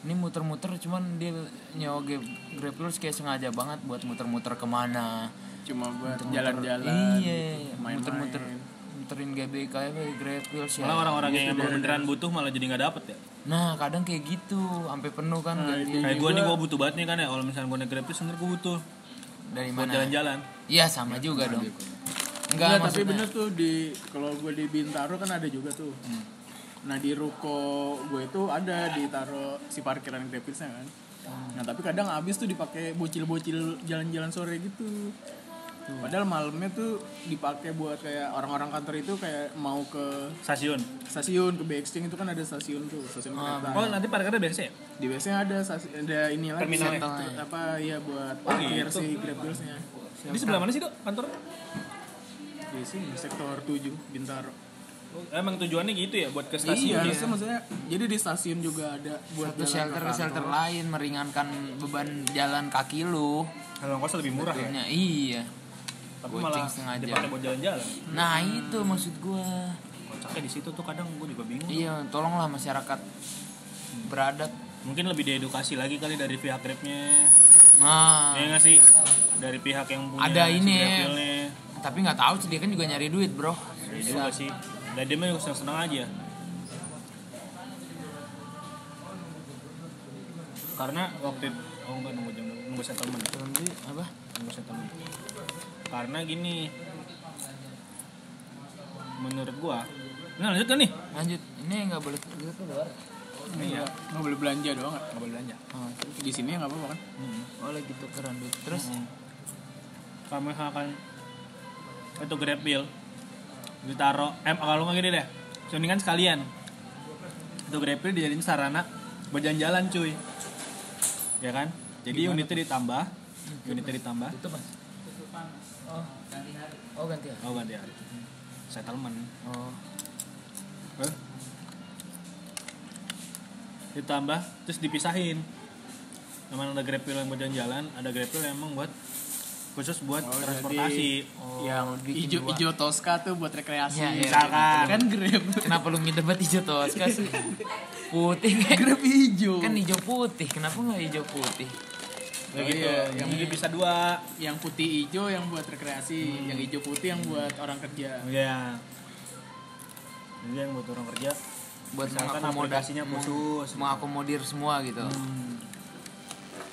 Speaker 4: ini muter-muter cuman dia nyawa Grab Grab Wheels kayak sengaja banget buat muter-muter kemana
Speaker 1: Cuma buat
Speaker 4: Muter-muter-
Speaker 1: jalan-jalan.
Speaker 4: iya
Speaker 1: gitu,
Speaker 4: muter-muter muterin GBK apa Grab Wheels ya
Speaker 2: Malah orang-orang yang emang beneran butuh malah jadi nggak dapet ya.
Speaker 4: nah kadang kayak gitu sampai penuh kan gantian.
Speaker 2: Kayak gue nih gue butuh banget nih kan ya. Kalau misalnya gue naik grab itu sebenernya gue butuh
Speaker 4: dari
Speaker 2: buat
Speaker 4: mana
Speaker 2: jalan-jalan.
Speaker 4: Iya sama juga dong enggak
Speaker 1: Enggak, Iya, tapi
Speaker 4: maksudnya
Speaker 1: bener tuh di kalau gue di Bintaro kan ada juga tuh. Nah di ruko gue itu ada ditaruh si parkiran gratisnya kan. Nah tapi kadang abis tuh dipakai bocil-bocil jalan-jalan sore gitu. Padahal malamnya tuh dipakai buat kayak orang-orang kantor itu kayak mau ke
Speaker 2: Stasiun.
Speaker 1: stasiun ke BXC itu kan ada stasiun tuh stasiun kereta.
Speaker 2: Oh nanti parkirnya biasa ya?
Speaker 1: Di BXC ada stasi- ada ini lagi
Speaker 2: Terminalnya.
Speaker 1: ter- apa ya buat parkir si Grab Wheels-nya.
Speaker 2: Di sebelah mana sih dok kantor?
Speaker 1: Di sini sektor 7 Bintaro.
Speaker 2: Emang tujuannya gitu ya buat ke
Speaker 1: Iya,
Speaker 2: stasiun ya?
Speaker 1: harusnya maksudnya jadi di stasiun juga ada buat
Speaker 4: satu
Speaker 1: jalan ke
Speaker 4: shelter ke
Speaker 1: kantor.
Speaker 4: shelter lain meringankan beban jalan kaki lu
Speaker 2: Kalau kos lebih murah ya.
Speaker 4: Punya- iya
Speaker 2: Tapi
Speaker 4: Goceng
Speaker 2: malah
Speaker 4: sengaja.
Speaker 2: dipakai buat jalan-jalan.
Speaker 4: nah itu maksud gua
Speaker 2: Kocaknya di situ tuh kadang gue juga bingung.
Speaker 4: iya tolonglah masyarakat beradat
Speaker 2: Mungkin lebih diedukasi lagi kali dari pihak grabnya.
Speaker 4: nah
Speaker 2: Ya nggak sih? Dari pihak yang punya
Speaker 4: Ada
Speaker 2: si
Speaker 4: ini ya.
Speaker 2: Grab-nya.
Speaker 4: tapi nggak tahu sih dia kan juga nyari duit bro
Speaker 2: Ya juga sih. Dan dia mah seneng-seneng aja. Karena waktu itu, oh enggak nunggu jam nunggu settlement,
Speaker 4: Nanti, apa
Speaker 2: nunggu settlement. Karena gini, menurut gua, nah lanjut kan nih?
Speaker 4: lanjut ini nggak boleh kita keluar
Speaker 1: Iya, nggak boleh belanja doang. nggak?
Speaker 2: Nggak boleh belanja.
Speaker 4: oh,
Speaker 1: Di sini nggak apa-apa kan?
Speaker 4: boleh gitu keren duit terus
Speaker 2: Kamu akan itu grab bill ditaro em kalau nggak gini deh mendingan sekalian itu grab bill dijadiin sarana buat jalan-jalan cuy ya kan jadi unitnya ditambah unitnya ditambah
Speaker 4: itu mas oh oh ganti ya
Speaker 2: oh ganti ya settlement
Speaker 4: oh
Speaker 2: Eh? ditambah terus dipisahin memang ada grab bill yang buat jalan-jalan ada grab bill yang emang buat khusus buat
Speaker 1: Oh, jadi-
Speaker 2: transportasi
Speaker 4: oh
Speaker 1: yang
Speaker 4: bikin
Speaker 1: ijo
Speaker 4: dua.
Speaker 1: ijo Tosca tuh buat rekreasi.
Speaker 4: Iya, iya.
Speaker 2: misalkan
Speaker 1: Kan grab.
Speaker 4: Kenapa lu ngedebat hijau toska sih? Putih kan,
Speaker 1: grab hijau.
Speaker 4: kan hijau putih. Kenapa nggak hijau putih?
Speaker 2: Ya
Speaker 1: Oh,
Speaker 2: gitu,
Speaker 1: iya,
Speaker 2: yang
Speaker 1: yang
Speaker 2: jadi bisa dua.
Speaker 1: yang putih hijau yang buat rekreasi,
Speaker 4: Hmm.
Speaker 1: yang hijau putih yang buat orang kerja.
Speaker 2: Iya. Jadi yang buat orang kerja,
Speaker 4: Buat
Speaker 2: misalkan
Speaker 4: mengakomodasi,
Speaker 2: aplikasinya khusus,
Speaker 1: Hmm.
Speaker 4: mengakomodir semua gitu.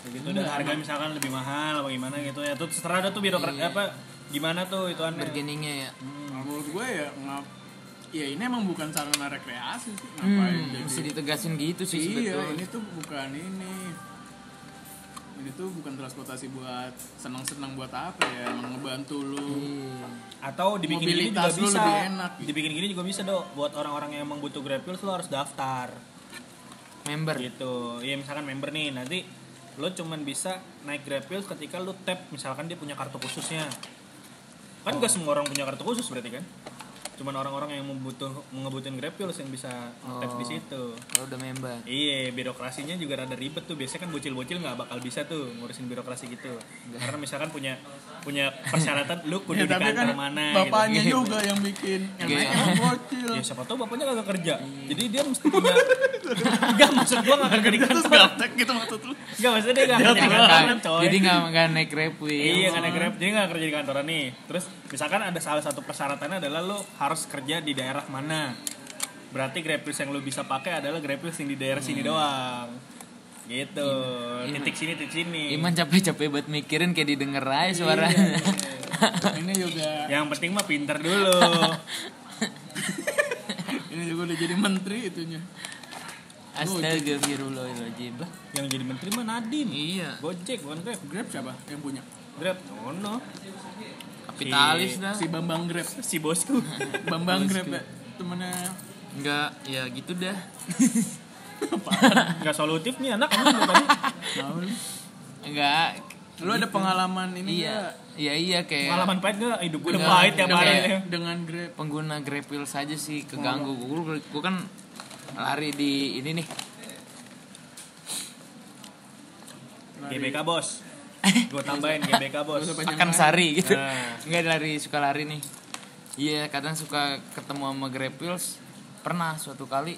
Speaker 2: ya gitu dan
Speaker 1: Iya.
Speaker 2: harga misalkan lebih mahal, bagaimana gitu ya. Tuh terserah dah tuh birokrat
Speaker 4: Iya.
Speaker 2: apa gimana tuh itu
Speaker 1: Iya.
Speaker 2: aneh.
Speaker 4: Bergeningnya ya.
Speaker 1: Nah, menurut gue ya ngap ya ini emang bukan sarana rekreasi sih. Ngapain jadi-
Speaker 4: Mesti ditegasin gitu Hmm. sih
Speaker 1: Iya,
Speaker 4: sebetulnya.
Speaker 1: ini tuh bukan ini. Ini tuh bukan transportasi buat senang-senang buat apa ya? Emang ngebantu lu.
Speaker 4: Iya.
Speaker 2: Atau dibikin gini juga
Speaker 1: Mobilitas lu
Speaker 2: bisa.
Speaker 1: lebih enak.
Speaker 2: Dibikin gini juga bisa dok. Buat orang-orang yang emang butuh grab wheels, lu harus daftar.
Speaker 4: Member.
Speaker 2: Gitu. Ya misalkan member nih nanti lu cuman bisa naik grab wheels ketika lu tap misalkan dia punya kartu khususnya.
Speaker 1: Oh.
Speaker 2: Kan gak semua orang punya kartu khusus berarti kan? Cuman orang-orang yang membutuh ngebutuhin grab wheels yang bisa tap
Speaker 1: Oh.
Speaker 2: di situ.
Speaker 4: Kalau udah member.
Speaker 2: Iya, birokrasinya juga rada ribet tuh. Biasanya kan bocil-bocil nggak bakal bisa tuh ngurusin birokrasi gitu. Karena misalkan punya punya persyaratan lu kudu
Speaker 1: Ya,
Speaker 2: di
Speaker 1: tapi
Speaker 2: kantor
Speaker 1: kan
Speaker 2: mana
Speaker 1: bapaknya
Speaker 2: gitu.
Speaker 1: juga yang bikin
Speaker 4: Iya.
Speaker 1: emang bocil.
Speaker 2: Ya siapa tahu bapaknya kagak kerja.
Speaker 1: Iya.
Speaker 2: Jadi dia mesti punya Enggak maksud gua nggak kerja di
Speaker 4: Iya.
Speaker 1: Terus
Speaker 2: kantor.
Speaker 1: gaptek gitu maksud lu.
Speaker 2: Enggak maksudnya dia nggak kerja di kantoran,
Speaker 4: Nggak-
Speaker 2: coy.
Speaker 4: Jadi nggak nggak naik grab wheel.
Speaker 2: Iya, karena Grab dia nggak kerja di kantoran nih. Terus misalkan ada salah satu persyaratannya adalah lu harus kerja di daerah mana. Berarti Grab Wheels yang lu bisa pakai adalah Grab Wheels yang di daerah sini
Speaker 4: Hmm.
Speaker 2: doang. Gitu. Titik sini, titik sini.
Speaker 4: Iman capek-capek buat mikirin kayak didengar aja suaranya.
Speaker 1: Iya, Ini juga
Speaker 2: Yang penting mah pinter dulu.
Speaker 1: ini juga udah jadi menteri itunya.
Speaker 4: Astagfirullahaladzim. Lah,
Speaker 2: yang jadi menteri mah Nadim.
Speaker 4: Iya.
Speaker 2: Gojek bukan Grab.
Speaker 1: Grab siapa yang punya?
Speaker 2: Grab. Oh no.
Speaker 4: Kapitalis dah.
Speaker 1: Si Bambang Grab.
Speaker 2: Si bosku.
Speaker 1: Bambang Grab ya. Temennya
Speaker 4: Enggak, ya gitu dah.
Speaker 2: Gak solutif nih anak. emang dari tadi.
Speaker 4: Iya. Enggak.
Speaker 1: Lu ada pengalaman ini
Speaker 4: Gitu. Iya. Iya iya kayak
Speaker 2: Pengalaman pahit gak? Hidup gue udah
Speaker 4: Udah,
Speaker 2: pahit yang
Speaker 1: nggak?
Speaker 4: Iya.
Speaker 2: kemarin.
Speaker 1: Dengan, dengan Grab.
Speaker 4: pengguna Grab Wheels aja sih keganggu. Gue kan lari di ini nih
Speaker 2: GBK bos. Gue tambahin GBK bos.
Speaker 4: akan sari gitu
Speaker 2: Nah.
Speaker 4: nggak lari suka lari nih iya kadang suka ketemu sama grepils pernah suatu kali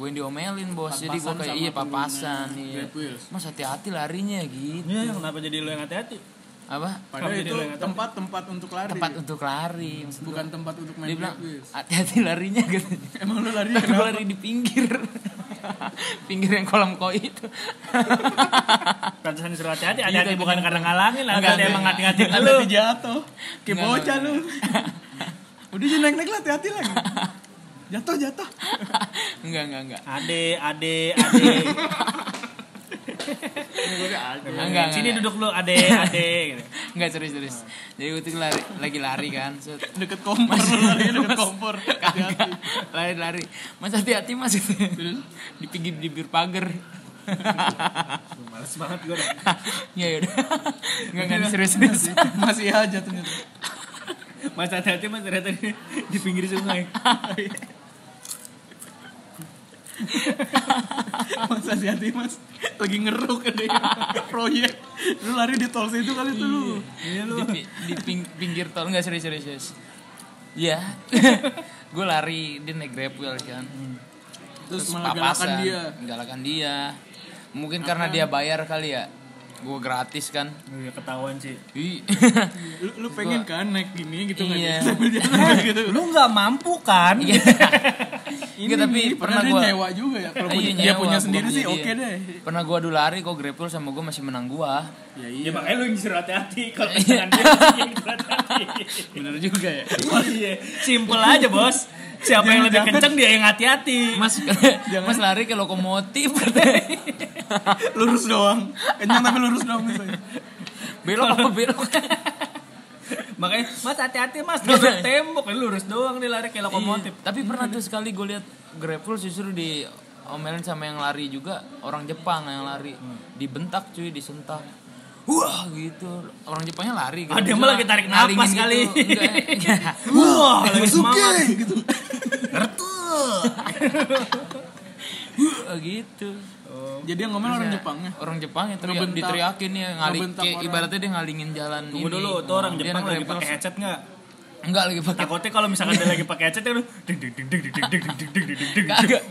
Speaker 4: gue yang diomelin bos jadi gue
Speaker 1: Papasan
Speaker 4: kayak
Speaker 1: sama
Speaker 4: iya papasan iya
Speaker 1: Grab Wheels.
Speaker 4: mas hati-hati larinya gitu
Speaker 2: Ya, kenapa jadi lu yang hati-hati?
Speaker 4: apa
Speaker 1: Padahal
Speaker 2: Tapi
Speaker 1: itu
Speaker 2: dia nggak
Speaker 1: tempat-tempat untuk lari.
Speaker 4: tempat untuk lari maksud
Speaker 1: bukan Iya. tempat untuk main
Speaker 4: dia bilang
Speaker 1: Grab Wheels. Iya,
Speaker 4: hati-hati larinya gitu
Speaker 1: Emang lu lari ya?
Speaker 4: Ntar gue lari di pinggir Pinggir yang kolam koi itu
Speaker 2: Pantesan disuruh hati-hati,
Speaker 4: Iya,
Speaker 2: hati-hati
Speaker 4: kayak
Speaker 2: bukan karena ngalangin,
Speaker 4: Enggak,
Speaker 2: hati-hati
Speaker 4: enggak.
Speaker 2: emang ngati-ngatiin
Speaker 1: Ada
Speaker 2: lu.
Speaker 1: di jatuh. Kayak
Speaker 4: Enggak,
Speaker 1: bocah
Speaker 4: enggak,
Speaker 1: lu. Udah jangan naik-naik lah, hati-hati lagi. Jatuh, jatuh.
Speaker 4: Enggak, enggak, enggak
Speaker 2: Ade, ade, ade.
Speaker 4: Enggak, enggak,
Speaker 2: Sini
Speaker 4: enggak.
Speaker 2: duduk lu, ade, ade. gitu.
Speaker 4: Enggak, serius, serius
Speaker 1: Nah.
Speaker 4: Jadi gue tuh lari, lagi lari kan set.
Speaker 1: Deket kompor, lu lari deket kompor. Hati-hati.
Speaker 4: Kagak, lari, lari Mas hati-hati mas gitu.
Speaker 1: Hmm?
Speaker 4: Di pinggir di bir pagar
Speaker 2: Aduh, Males banget gue dah.
Speaker 4: Ya yaudah Enggak, enggak, serius, serius
Speaker 1: Masih aja ternyata.
Speaker 2: Mas hati-hati mas ternyata di, di pinggir sungai.
Speaker 1: Mas hati-hati, Mas. Lagi ngeruk ada yang proyek. Lu lari di tol situ kali tuh lu.
Speaker 2: Iya lu.
Speaker 4: Di, pi- di ping- pinggir tol, enggak, serius, serius, serius Ya Gue lari, dia naik grab wheel kan
Speaker 1: Terus Hmm. malah galakan dia.
Speaker 4: galakan dia mungkin karena dia bayar kali ya gue gratis kan
Speaker 2: Iya ketahuan sih.
Speaker 4: Ih.
Speaker 1: Lu, lu pengen kan naik gini gitu
Speaker 4: Iya.
Speaker 1: kan? Sambil dia naik gitu.
Speaker 2: Lu nggak mampu kan?
Speaker 4: Iya. Nggak, tapi
Speaker 1: nih,
Speaker 4: pernah
Speaker 1: dia
Speaker 4: gua
Speaker 1: nyewa juga ya. Kalau
Speaker 4: Iya,
Speaker 1: punya- dia
Speaker 4: nyewa, Iya,
Speaker 1: punya
Speaker 4: bukan
Speaker 1: sendiri sih
Speaker 4: punya
Speaker 1: oke
Speaker 4: dia.
Speaker 1: deh.
Speaker 4: Pernah gua dulu lari kok grepul sama gua masih menang gua.
Speaker 1: Ya
Speaker 2: Ya
Speaker 1: iya.
Speaker 2: makanya lu yang disuruh hati-hati kalau
Speaker 4: Iya.
Speaker 2: pasangan dia masih yang disuruh hati-hati.
Speaker 4: Bener juga ya.
Speaker 2: Iya, simple aja bos. Siapa yang lebih kenceng dia yang hati-hati.
Speaker 4: Mas, Mas lari ke lokomotif.
Speaker 1: lurus doang. Kenyang tapi lurus doang misalnya.
Speaker 4: belok apa belok?
Speaker 2: Makanya, mas hati-hati mas, nabrak tembok. Lu lurus doang dia lari kayak lokomotif.
Speaker 4: Iya. Tapi pernah tuh sekali gue lihat grepul justru di omelin sama yang lari juga orang Jepang yang lari
Speaker 2: Hmm.
Speaker 4: dibentak cuy disentak wah gitu orang Jepangnya lari gitu.
Speaker 2: Ah, dia malah lagi tarik
Speaker 4: Ngalingin
Speaker 2: napas kali.
Speaker 4: Enggak, enggak.
Speaker 2: Wah, lagi semangat.
Speaker 1: gitu.
Speaker 4: Wah, gitu
Speaker 1: Jadi yang ngomel orang Jepangnya.
Speaker 4: orang Jepang ya teriak,
Speaker 1: Ngebentak-
Speaker 4: diteriakin ya ngaling
Speaker 1: ngebentak
Speaker 4: kayak
Speaker 1: orang.
Speaker 4: ibaratnya dia ngalingin jalan
Speaker 2: Tunggu
Speaker 4: ini.
Speaker 2: dulu, tuh orang
Speaker 4: Iya, Dia
Speaker 2: Jepang
Speaker 4: naik
Speaker 2: lagi
Speaker 4: grepil.
Speaker 2: pakai headset nggak?
Speaker 4: enggak lagi pakai
Speaker 2: Takutnya kalau misalkan dia lagi pakai headset, dia lu ding ding ding ding ding ding ding ding ding ding ding ding.
Speaker 4: kagak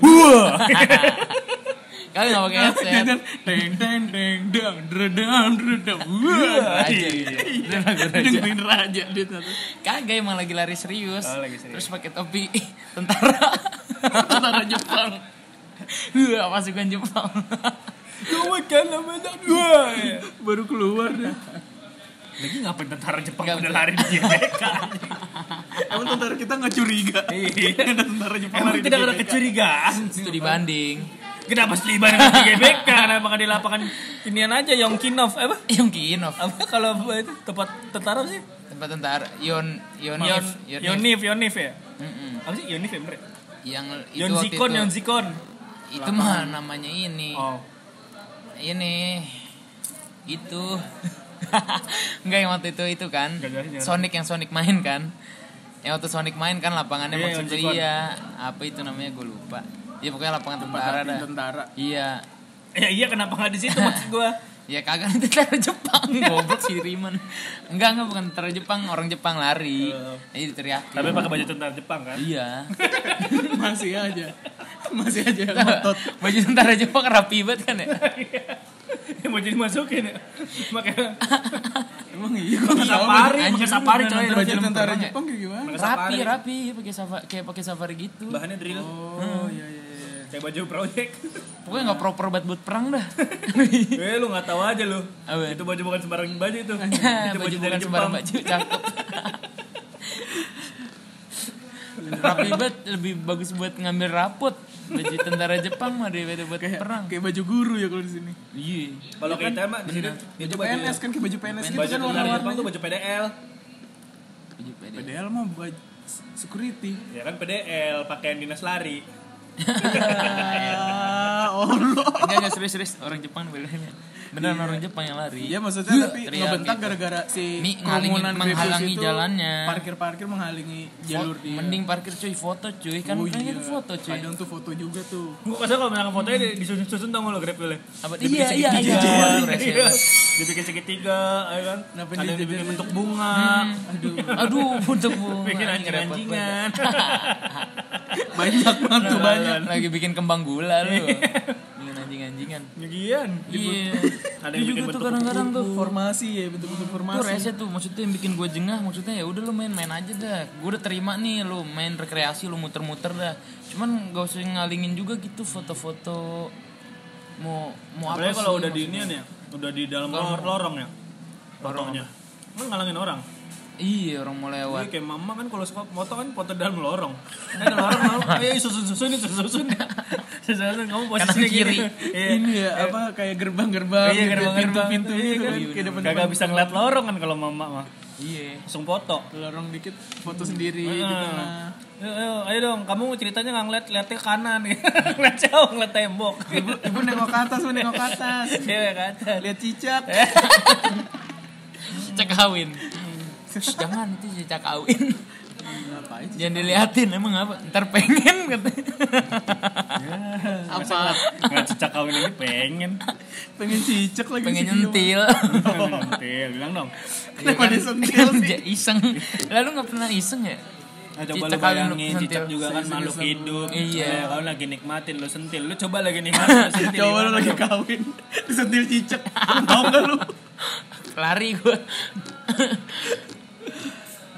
Speaker 4: kali nggak pakai
Speaker 2: Iya.
Speaker 4: headset
Speaker 1: Jajan Iya. deng deng deng dang dredang dredang.
Speaker 2: Iya,
Speaker 1: Wah.
Speaker 4: Raja gitu. Dia lagu raja
Speaker 1: Dengerin Iya. raja dia tadi.
Speaker 4: kagak emang lagi lari serius
Speaker 2: Oh, lagi serius.
Speaker 4: terus pakai topi tentara
Speaker 1: Tentara Jepang.
Speaker 4: Wah, pasukan Jepang
Speaker 2: Cuma kan namanya dua.
Speaker 1: Baru keluar dia.
Speaker 2: iya. Lagi ngapain tentara Jepang
Speaker 4: Nggak
Speaker 2: pada
Speaker 4: bisa.
Speaker 2: lari di GBK?
Speaker 1: Emang tentara kita nggak curiga. Ada tentara Jepang
Speaker 2: Iya. Emang
Speaker 1: lari di
Speaker 2: tidak ada
Speaker 1: GBK.
Speaker 2: kecurigaan.
Speaker 4: studi banding
Speaker 2: Kenapa seliban dengan di GBK? Kenapa nggak di lapangan inian aja Yongkinov? Apa?
Speaker 4: yang kiinov
Speaker 2: Apa kalau itu tempat tentara apa sih?
Speaker 4: tempat tentara Yon
Speaker 2: Yon
Speaker 4: Yonif Yonif
Speaker 2: Yonif Yonif ya.
Speaker 4: Mm-mm.
Speaker 2: Apa sih Yonif ya bener? ya?
Speaker 4: yang itu waktu
Speaker 2: Yonzikon
Speaker 4: itu
Speaker 2: Yonzikon.
Speaker 4: itu mah namanya ini
Speaker 2: Oh.
Speaker 4: ini itu enggak yang waktu itu itu kan
Speaker 2: Nggak jelasin, jangan.
Speaker 4: Sonic yang Sonic main kan yang waktu Sonic main kan lapangannya
Speaker 2: Iya,
Speaker 4: maksudnya
Speaker 2: yang Jikon.
Speaker 4: iya apa itu namanya gue lupa ya pokoknya lapangan tentara
Speaker 1: Tentara
Speaker 4: dah
Speaker 1: tentara.
Speaker 4: iya
Speaker 2: Ya iya kenapa nggak di situ maksud gua?
Speaker 4: ya kagak tentara Jepang goblok si Riman enggak enggak bukan tentara Jepang orang Jepang lari jadi diteriakin
Speaker 2: Tapi pakai baju tentara Jepang kan?
Speaker 4: iya
Speaker 1: Masih aja. Masih aja
Speaker 2: Nah.
Speaker 1: ngotot.
Speaker 4: baju tentara Jepang rapi banget kan ya
Speaker 2: Ya, mau jadi masukin ya. Makanya
Speaker 1: Emang iya gua nggak tahu.
Speaker 2: safari,
Speaker 4: anjing,
Speaker 2: pakai safari
Speaker 4: beneran
Speaker 2: coy.
Speaker 4: nonton
Speaker 1: Baju
Speaker 4: film
Speaker 1: tentara
Speaker 4: terbang ya?
Speaker 1: Jepang kayak gimana?
Speaker 4: rapi rapi pakai safari kayak pakai safari gitu
Speaker 2: Bahannya drill.
Speaker 1: Oh iya iya. iya.
Speaker 2: Kayak baju project.
Speaker 4: pokoknya nggak proper banget buat perang dah
Speaker 2: Eh lu nggak tahu aja lu.
Speaker 4: Apa?
Speaker 2: Itu baju bukan sembarang baju itu.
Speaker 4: Ya,
Speaker 2: Itu
Speaker 4: baju
Speaker 2: baju dari
Speaker 4: bukan
Speaker 2: Jepang.
Speaker 4: sembarang baju cakep rapi banget lebih bagus buat ngambil rapot baju tentara Jepang mah daripada buat
Speaker 1: Kayak
Speaker 4: perang
Speaker 1: kayak baju guru ya kalau di sini.
Speaker 4: iya
Speaker 2: Kalau kita mah di sini
Speaker 1: Baju
Speaker 2: itu kan baju
Speaker 1: PNS kan kayak baju PNS gitu
Speaker 2: baju
Speaker 1: kan
Speaker 2: tentara Jepang
Speaker 1: warna-warni.
Speaker 2: tuh baju PDL.
Speaker 4: Baju pede.
Speaker 1: Padahal mah baju security.
Speaker 2: Ya kan PDL, pakaian dinas lari.
Speaker 1: Ah, Allah.
Speaker 2: Nah.
Speaker 4: enggak enggak serius serius orang Jepang bilangnya Beneran orang Jepang yang lari.
Speaker 1: Iya maksudnya tapi
Speaker 4: teriak
Speaker 1: ngebentak
Speaker 4: gitu.
Speaker 1: gara-gara si
Speaker 4: Ini
Speaker 1: kerumunan
Speaker 4: ngalingin- menghalangi
Speaker 1: Greenpeace itu
Speaker 4: jalannya.
Speaker 1: Parkir-parkir menghalangi jalur
Speaker 4: Fo-
Speaker 1: dia.
Speaker 4: Mending parkir cuy, foto cuy. Kan
Speaker 1: Oh,
Speaker 4: kan
Speaker 1: iya.
Speaker 4: itu foto cuy.
Speaker 1: Kadang tuh foto juga tuh.
Speaker 2: Gue kesel kalau misalkan fotonya di- disusun-susun tau gak lo grab nya
Speaker 4: Apa
Speaker 1: Iya,
Speaker 4: dibikin
Speaker 1: iya,
Speaker 4: segitiga,
Speaker 1: iya.
Speaker 4: waduh, rese.
Speaker 2: Dibikin segitiga, ya kan?
Speaker 1: Kenapa
Speaker 2: Ada yang
Speaker 1: dia
Speaker 2: dibikin
Speaker 1: jadi-
Speaker 2: bentuk bunga,
Speaker 1: Aduh,
Speaker 4: Aduh, untuk bunga.
Speaker 2: bikin
Speaker 4: anjing, repot
Speaker 2: anjing-anjingan.
Speaker 1: banyak banget
Speaker 4: banget.
Speaker 1: tuh banyak.
Speaker 4: Lagi bikin kembang gula lu.
Speaker 2: Iya.
Speaker 4: Bikin anjing-anjingan.
Speaker 2: Nyagian.
Speaker 4: Iya.
Speaker 2: Ada
Speaker 4: Itu
Speaker 2: yang bikin
Speaker 4: juga tuh
Speaker 2: bentuk
Speaker 4: kadang-kadang tuh.
Speaker 1: Formasi ya bentuk-bentuk
Speaker 4: Tuh
Speaker 1: formasi.
Speaker 4: rese tuh maksudnya yang bikin gue jengah maksudnya ya udah lu main-main aja dah. Gue udah terima nih lu main rekreasi lu muter-muter dah. Cuman gak usah ngalingin juga gitu foto-foto mau mau apa
Speaker 2: Apalagi kalau
Speaker 4: sih
Speaker 2: udah di
Speaker 4: maksudnya.
Speaker 2: inian ya, udah di dalam lor- lorong ya. Lorongnya. Emang ngalangin orang.
Speaker 4: Iya orang mau lewat.
Speaker 2: Gue kayak mama kan kalau suka foto kan foto dalam lorong. Eh dalam lorong, lorong. ayo susun-susun, susun-susun. Susun-susun kamu posisinya
Speaker 4: Kanan kiri.
Speaker 2: gini. Iya.
Speaker 1: Ini ya apa kayak gerbang-gerbang,
Speaker 2: Iya,
Speaker 1: gitu,
Speaker 2: gerbang-gerbang.
Speaker 1: pintu-pintu
Speaker 2: Iya,
Speaker 1: gitu
Speaker 2: kan.
Speaker 1: kan. Kayak depan
Speaker 2: Gak bisa ngeliat lorong kan kalau mama mah.
Speaker 4: Iya.
Speaker 2: Langsung foto.
Speaker 1: lorong dikit foto sendiri gitu kan. di
Speaker 2: Heeh.
Speaker 1: tengah.
Speaker 2: Ayo, ayo, Eh, ayo dong, kamu ceritanya nggak ngeliat, liatnya ke kanan ya. ngeliat jauh, ngeliat tembok.
Speaker 1: Ibu, ibu nengok ke atas, ibu nengok ke atas.
Speaker 2: Iya kaca.
Speaker 1: Lihat cicak.
Speaker 4: Cek kawin. Shh, jangan itu sih cek kawin.
Speaker 1: Ngapain sih?
Speaker 4: Jangan diliatin emang apa? Ntar pengen katanya.
Speaker 1: Apa?
Speaker 2: Nggak cicak kawin aja pengen.
Speaker 1: Pengen cicak lagi.
Speaker 4: pengen
Speaker 1: video.
Speaker 4: nyentil.
Speaker 2: Iya, bilang dong.
Speaker 1: Kenapa
Speaker 4: Iya.
Speaker 1: disentil sih?
Speaker 4: Ja- iseng. Lalu nggak pernah iseng ya?
Speaker 2: Nah, coba lu
Speaker 4: Cicak kawin lu
Speaker 2: bayangin, cicak
Speaker 4: sentil.
Speaker 2: juga kan
Speaker 4: Serius,
Speaker 2: makhluk
Speaker 4: serius,
Speaker 2: hidup.
Speaker 4: Iya.
Speaker 2: Ya, Kau lagi nikmatin, lu sentil. Lu coba lagi nikmatin, lu sentil.
Speaker 1: Coba lu
Speaker 2: Gimana
Speaker 1: lagi
Speaker 2: dong?
Speaker 1: kawin, disentil cicak. Tahu enggak lu?
Speaker 4: Lari gue.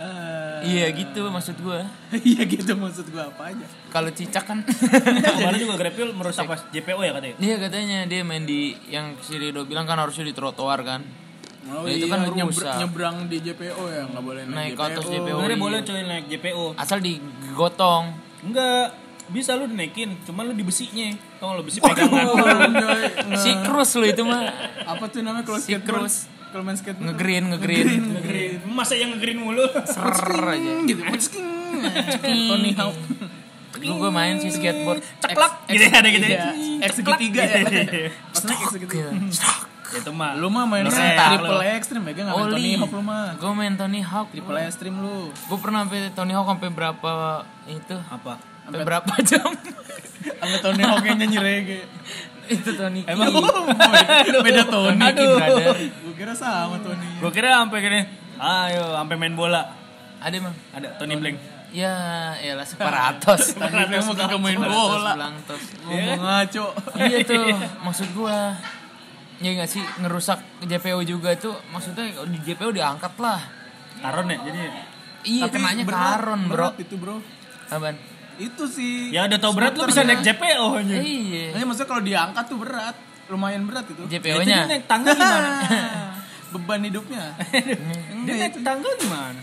Speaker 1: Eh.
Speaker 4: Iya gitu maksud gue.
Speaker 1: Iya gitu maksud gua apa aja.
Speaker 4: Kalau cicak kan
Speaker 2: Kemarin juga Grepil merusak pas JPO ya katanya.
Speaker 4: Iya katanya dia main di yang si Rido bilang kan harusnya di trotoar kan.
Speaker 1: Oh,
Speaker 4: Ya, itu kan
Speaker 1: iya, nyebr-
Speaker 4: merusak.
Speaker 1: nyebrang di JPO ya, nggak boleh naik,
Speaker 4: Naik ke atas JPO.
Speaker 2: Sebenarnya
Speaker 4: iya.
Speaker 2: boleh coy naik JPO.
Speaker 4: Asal digotong.
Speaker 2: Enggak, bisa lu dinaikin, cuman lu di besinya. Tau lu besi pegangan.
Speaker 1: Oh, anjay.
Speaker 4: Si Cruz lu itu mah
Speaker 1: apa tuh namanya kalau skate
Speaker 4: Sikrus.
Speaker 1: Kalau main skate
Speaker 4: ngegreen ngegreen.
Speaker 2: Ngegreen. Masa yang ngegreen mulu?
Speaker 4: Serr aja.
Speaker 1: gitu. Tony Hawk.
Speaker 4: Dulu gue main sih skateboard. Eh,
Speaker 2: Ceklak gitu ada gitu.
Speaker 1: Iya, X segitiga ya.
Speaker 2: Iya.
Speaker 1: Pas naik X segitiga.
Speaker 2: Itu mah.
Speaker 1: gitu, Lu mah main
Speaker 4: Ngesentak lu.
Speaker 1: triple extreme ya, nggak main Tony
Speaker 4: Oli.
Speaker 1: Hawk lu mah.
Speaker 4: Gue main Tony Hawk.
Speaker 1: Triple extreme lu.
Speaker 4: Gue pernah sampai Tony Hawk sampai berapa itu?
Speaker 2: apa?
Speaker 4: Sampai berapa jam?
Speaker 1: Sama Tony Hawk yang nyanyi reggae.
Speaker 4: itu Tony.
Speaker 2: Emang
Speaker 1: Beda Tony.
Speaker 4: Aduh. brother.
Speaker 1: Gue kira sama Tony.
Speaker 2: Gue kira sampai gini, "Ah, ayo sampai main bola.
Speaker 4: Ada emang?
Speaker 2: Ada Tony Blank.
Speaker 4: Ya, ya lah separatos.
Speaker 1: Tadi kamu kagak main
Speaker 4: Separatos,
Speaker 1: bola. Iya.
Speaker 4: belantos.
Speaker 1: Ngomong ngaco.
Speaker 4: iya tuh maksud gua ya nggak sih ngerusak JPO juga tuh maksudnya di JPO diangkat lah
Speaker 2: Taron ya, jadi
Speaker 4: iya kenanya
Speaker 1: berat,
Speaker 4: karon bro
Speaker 1: berat itu bro.
Speaker 4: Apaan?
Speaker 1: Itu sih.
Speaker 2: ya udah tau berat lu bisa naik JPO aja.
Speaker 4: iya
Speaker 1: Hanya maksudnya kalau diangkat tuh berat. Lumayan berat itu.
Speaker 4: JPO
Speaker 2: Jadi
Speaker 4: nya
Speaker 2: naik tangga gimana?
Speaker 1: Beban hidupnya.
Speaker 2: Dia naik tangga gimana?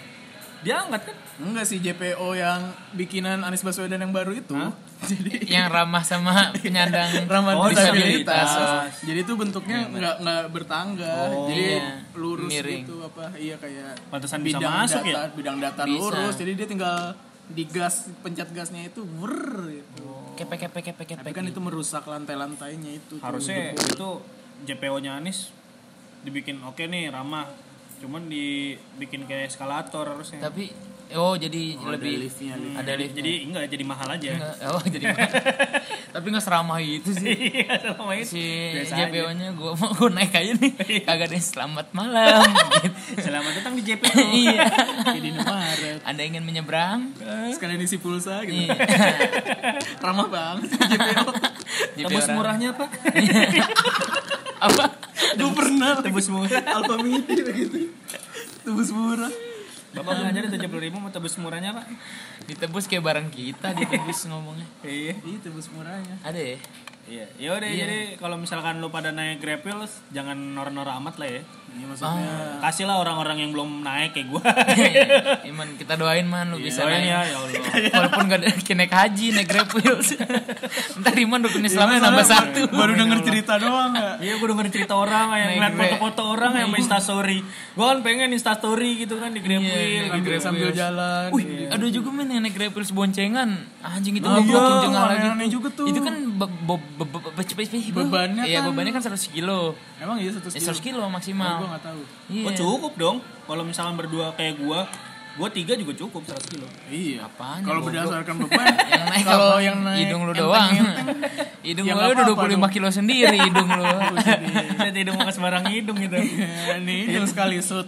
Speaker 2: Dia angkat kan?
Speaker 1: Enggak sih JPO yang bikinan Anies Baswedan yang baru itu. Jadi
Speaker 4: yang ramah sama penyandang
Speaker 1: ramah
Speaker 2: Oh,
Speaker 1: disabilitas.
Speaker 2: disabilitas.
Speaker 1: Jadi itu bentuknya nggak nggak bertangga. jadi
Speaker 4: Iya.
Speaker 1: lurus
Speaker 4: Miring.
Speaker 1: gitu apa? Iya kayak
Speaker 2: Pantesan bisa masuk ya?
Speaker 1: datar, bidang datar
Speaker 4: Bisa.
Speaker 1: lurus. Jadi dia tinggal digas pencet gasnya itu wer gitu.
Speaker 4: kepe kepe kepe kepe
Speaker 1: Tapi kan itu merusak lantai-lantainya itu. tuh.
Speaker 2: Harusnya itu JPO-nya Anies dibikin oke nih ramah. Cuman dibikin kayak eskalator harusnya.
Speaker 4: tapi oh jadi lebih ada liftnya, ada lift
Speaker 2: Jadi enggak jadi mahal aja.
Speaker 4: oh jadi tapi nggak seramah itu sih
Speaker 2: Iya, selama itu.
Speaker 4: si
Speaker 2: Biasa
Speaker 4: JPO nya gua mau gua naik aja nih kagak ada yang selamat malam gitu.
Speaker 2: Selamat datang di JPO.
Speaker 4: iya
Speaker 1: Jadi ini Maret.
Speaker 4: anda ingin menyeberang
Speaker 1: Sekalian isi pulsa gitu.
Speaker 4: Iya.
Speaker 1: Ramah banget sih JPO.
Speaker 2: Tebus
Speaker 4: orang.
Speaker 2: murahnya, Pak.
Speaker 4: apa
Speaker 1: Gue pernah
Speaker 2: Tebus murah.
Speaker 1: Alfamidi gitu. Tebus murah.
Speaker 2: Bapak belum aja tujuh puluh ribu mau tebus murahnya pak?
Speaker 4: ditebus kayak barang kita ditebus ngomongnya
Speaker 2: Iya.
Speaker 1: Iya tebus murahnya.
Speaker 4: ada ya
Speaker 2: Iya. Ya udah jadi kalau misalkan lu pada naik Grepil jangan nora-nora amat lah ya.
Speaker 1: Ini
Speaker 4: Ah.
Speaker 1: maksudnya
Speaker 2: Kasihlah orang-orang yang belum naik kayak gua.
Speaker 4: Iya, Iman kita doain man lu bisa
Speaker 2: Doain
Speaker 4: naik
Speaker 2: ya, ya Allah.
Speaker 4: walaupun gak ada kayak naik haji naik grab wheels ntar Iman dukun Islamnya nambah satu
Speaker 1: ya, Iya, Baru denger cerita doang gak?
Speaker 2: Iya gua denger cerita orang yang
Speaker 4: Naik
Speaker 2: ngeliat
Speaker 4: Grab.
Speaker 2: foto-foto orang yang main instastory Gua kan pengen instastory gitu kan di Grepil
Speaker 1: Iya,
Speaker 2: mobil,
Speaker 4: naik
Speaker 2: ambil
Speaker 4: iya, grab
Speaker 2: sambil
Speaker 4: wheels.
Speaker 2: jalan.
Speaker 4: Wih, ada juga men yang naik grepils boncengan. Anjing itu
Speaker 2: Nah,
Speaker 4: gua
Speaker 2: iya,
Speaker 4: makin jengah lagi.
Speaker 2: aneh-aneh juga tuh.
Speaker 4: Itu kan be- be- be- be- be- be- be-
Speaker 1: Bebannya kan-
Speaker 4: Iya, bebannya kan 100 kilo.
Speaker 1: Emang iya satu
Speaker 4: Eh,
Speaker 1: kilo.
Speaker 4: 100 kilo
Speaker 1: Oh, gue
Speaker 4: maksimal.
Speaker 1: nggak tahu.
Speaker 4: Iya.
Speaker 2: Oh cukup dong. Kalau misalkan berdua kayak gua, gua tiga juga cukup 100 kilo.
Speaker 1: Iya.
Speaker 4: Apaan,
Speaker 1: Kalau
Speaker 4: goblok?
Speaker 1: berdasarkan beban,
Speaker 4: Yang naik
Speaker 1: kalau
Speaker 4: apa?
Speaker 1: yang naik
Speaker 4: hidung lu
Speaker 1: enteng,
Speaker 4: doang.
Speaker 1: enteng.
Speaker 4: hidung
Speaker 1: Ya,
Speaker 4: lu
Speaker 1: nggak
Speaker 4: udah
Speaker 1: apa-apa
Speaker 4: 25
Speaker 1: dong.
Speaker 4: kilo sendiri hidung lu.
Speaker 2: Dan hidung mau sembarang hidung gitu.
Speaker 1: Ya,
Speaker 4: Iya,
Speaker 1: Nih, hidung sekali sut.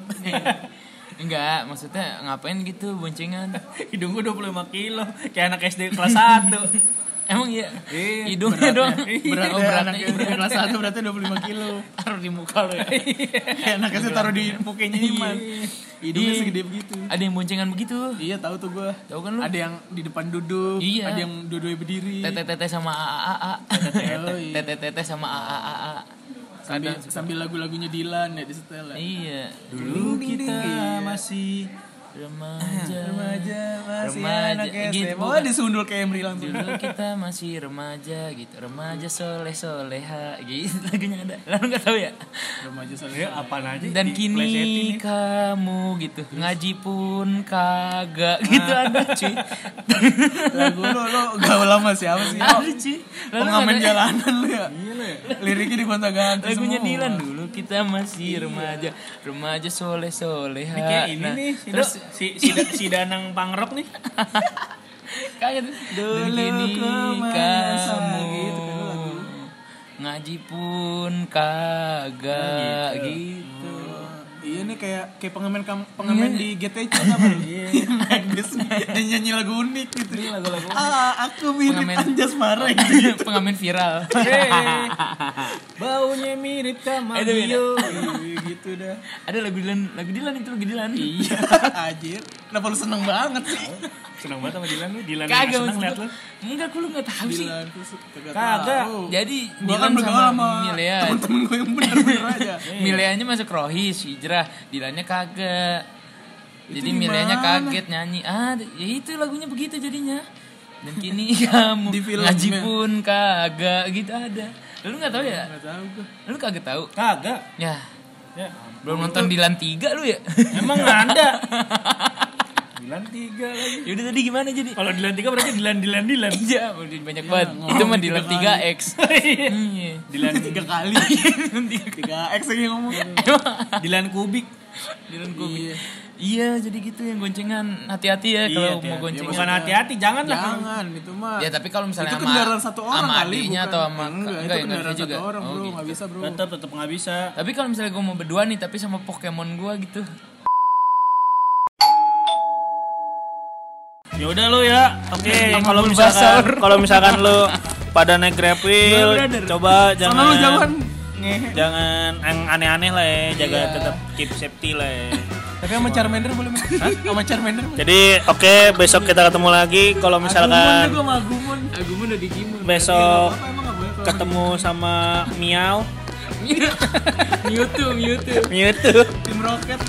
Speaker 4: Enggak, maksudnya ngapain gitu boncengan?
Speaker 2: Hidung gua 25 kilo, kayak anak SD kelas 1.
Speaker 4: Emang iya.
Speaker 2: Iya,
Speaker 4: Hidungnya doang.
Speaker 1: Beratnya,
Speaker 4: Oh, beratnya.
Speaker 1: anak yang udah kelas 1 beratnya 25 kilo.
Speaker 4: Taruh di muka lu ya.
Speaker 1: Enaknya sih taruh di mukanya Iman. Hidungnya
Speaker 4: Iya.
Speaker 1: segede begitu.
Speaker 4: Ada yang boncengan begitu.
Speaker 1: Iya, tahu tuh gua.
Speaker 4: Tahu kan lu?
Speaker 1: Ada yang di depan duduk,
Speaker 4: Iya.
Speaker 1: ada yang dua-dua berdiri.
Speaker 4: Tete-tete sama AAA.
Speaker 1: Oh, iya.
Speaker 4: Tete-tete sama AAA.
Speaker 1: Sambil, sambil lagu-lagunya Dilan ya di setel. ya.
Speaker 4: Iya.
Speaker 2: Dulu kita masih
Speaker 4: Remaja.
Speaker 1: Remaja masih
Speaker 4: Remaja,
Speaker 1: anak
Speaker 4: gitu,
Speaker 1: SD. Mau
Speaker 4: bukan? Iya.
Speaker 1: disundul ke Emri langsung.
Speaker 4: Dulu kita masih remaja gitu. Remaja soleh soleha gitu lagunya ada. Lalu nggak tahu ya.
Speaker 1: Remaja soalnya.
Speaker 2: ya apaan aja
Speaker 4: Dan kini
Speaker 2: diplesetin.
Speaker 4: kamu gitu ngaji pun kagak gitu ada cuy.
Speaker 1: Lagu lu lu gaul lama siapa sih? Lo?
Speaker 4: Ada cuy. Ah, Lalu
Speaker 1: Pengamen
Speaker 4: ada- Iya,
Speaker 1: jalanan lu ya. Liriknya di gonta ganti
Speaker 4: Lagunya Dilan dulu kita masih remaja, remaja soleh soleha.
Speaker 2: Ini kayak ini nih, si,
Speaker 4: terus
Speaker 2: Do- si, si, Da- si Danang Pangrok nih.
Speaker 4: kaget
Speaker 1: Dulu
Speaker 4: dulu
Speaker 1: kemana
Speaker 4: kamu
Speaker 1: sa- gitu kan lagu.
Speaker 4: ngaji pun kagak
Speaker 1: Nah,
Speaker 4: gitu. Iya.
Speaker 1: Iya nih kayak kayak pengamen kam- pengamen di GTC apa ya? lu? Naik bis nyanyi lagu unik gitu. lagu-lagu. Ah, aku mirip
Speaker 4: Pengamen-
Speaker 1: Anjas Mara gitu.
Speaker 4: Pengamen viral.
Speaker 2: Baunya mirip sama
Speaker 4: Itu beda.
Speaker 2: Dio.
Speaker 1: Iya, gitu dah.
Speaker 4: Ada lagu Dilan, lagu Dilan itu lagu Dilan. Iya.
Speaker 1: Anjir, kenapa lu seneng banget sih?
Speaker 2: Seneng banget sama Dilan lu, Dilan yang
Speaker 4: Kagak
Speaker 2: seneng
Speaker 4: maksud
Speaker 2: liat
Speaker 4: gua.
Speaker 2: lu.
Speaker 4: Enggak, gua lu enggak tahu sih.
Speaker 1: Gila, aku sih kagak
Speaker 2: Kagak.
Speaker 1: tahu.
Speaker 4: Jadi
Speaker 1: Gua kan bergaul sama
Speaker 4: Milea.
Speaker 1: temen-temen gue yang bener-bener aja.
Speaker 4: Mileanya masuk Rohis, hijrah. Dilannya kagak. Jadi
Speaker 1: gimana?
Speaker 4: Mileanya kaget nyanyi. Ah, ya itu lagunya begitu jadinya. Dan kini kamu
Speaker 1: Di filmnya.
Speaker 4: ngaji pun kagak gitu ada. Lu nggak tahu ya?
Speaker 1: Gak tahu gue.
Speaker 4: Lu kagak tahu?
Speaker 2: Kagak.
Speaker 4: Ya,
Speaker 2: Ya.
Speaker 4: belum nonton Dilan 3 lu ya?
Speaker 2: Emang ada. Dilan tiga lagi.
Speaker 4: Yaudah Ya tadi gimana jadi?
Speaker 2: Kalau Dilan tiga berarti Dilan Dilan Dilan.
Speaker 4: Iya, udah banyak banget.
Speaker 1: ngomong
Speaker 4: Itu mah
Speaker 1: tiga
Speaker 4: Dilan
Speaker 1: kali.
Speaker 4: 3X. Iya.
Speaker 2: Dilan
Speaker 1: Tiga kali. Tiga X lagi ngomong. Eh,
Speaker 2: Dilan kubik.
Speaker 4: Dilan gue Iya, jadi gitu yang goncengan. Hati-hati ya
Speaker 2: Iya,
Speaker 4: kalau mau
Speaker 2: hati-hati.
Speaker 4: goncengan.
Speaker 2: Bukan hati-hati, jangan lah.
Speaker 1: Jangan, itu mah.
Speaker 4: Ya tapi kalau misalnya
Speaker 1: itu
Speaker 4: sama-
Speaker 1: kendaraan satu orang
Speaker 4: sama
Speaker 1: kali
Speaker 4: adiknya atau sama
Speaker 1: enggak, itu
Speaker 4: enggak, ya,
Speaker 1: kendaraan
Speaker 4: ngerti
Speaker 1: satu
Speaker 4: juga.
Speaker 1: orang
Speaker 4: Oh,
Speaker 1: bro
Speaker 4: gitu.
Speaker 1: nggak bisa bro
Speaker 2: Tetap tetap nggak bisa.
Speaker 4: Tapi kalau misalnya gue mau berdua nih tapi sama Pokemon gue gitu.
Speaker 2: Ya udah lu ya. Oke,
Speaker 4: Sama
Speaker 2: kalau
Speaker 4: Bulbasaur.
Speaker 2: misalkan kalau misalkan lu pada naik
Speaker 4: Bro,
Speaker 2: grepil,
Speaker 4: brother.
Speaker 2: coba
Speaker 1: sama lu
Speaker 2: jangan
Speaker 1: jangan ngehe
Speaker 2: jangan yang aneh-aneh lah ya, jaga
Speaker 4: Iya.
Speaker 2: tetap keep safety lah ya.
Speaker 1: tapi sama Charmander boleh main sama Charmander boleh.
Speaker 2: Jadi oke besok kita ketemu lagi kalau
Speaker 1: Agumon
Speaker 2: misalkan
Speaker 1: juga sama Agumon Agumon udah digimon
Speaker 2: besok
Speaker 1: apa emang nggak boleh kalau
Speaker 2: ketemu sama Miao
Speaker 4: Mewtwo, Mewtwo.
Speaker 2: Mewtwo.
Speaker 1: tim Rocket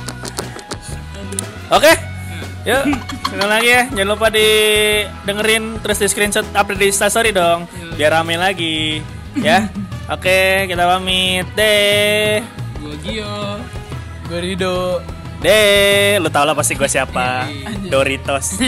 Speaker 2: Oke. Yuk, sekali lagi ya. Jangan lupa di dengerin terus di screenshot update di Instastory dong. Biar rame lagi. Ya. Oke, kita pamit. Deh.
Speaker 4: Gue Gio.
Speaker 1: Gorido
Speaker 2: Deh, lu tau lah pasti gue siapa. Doritos.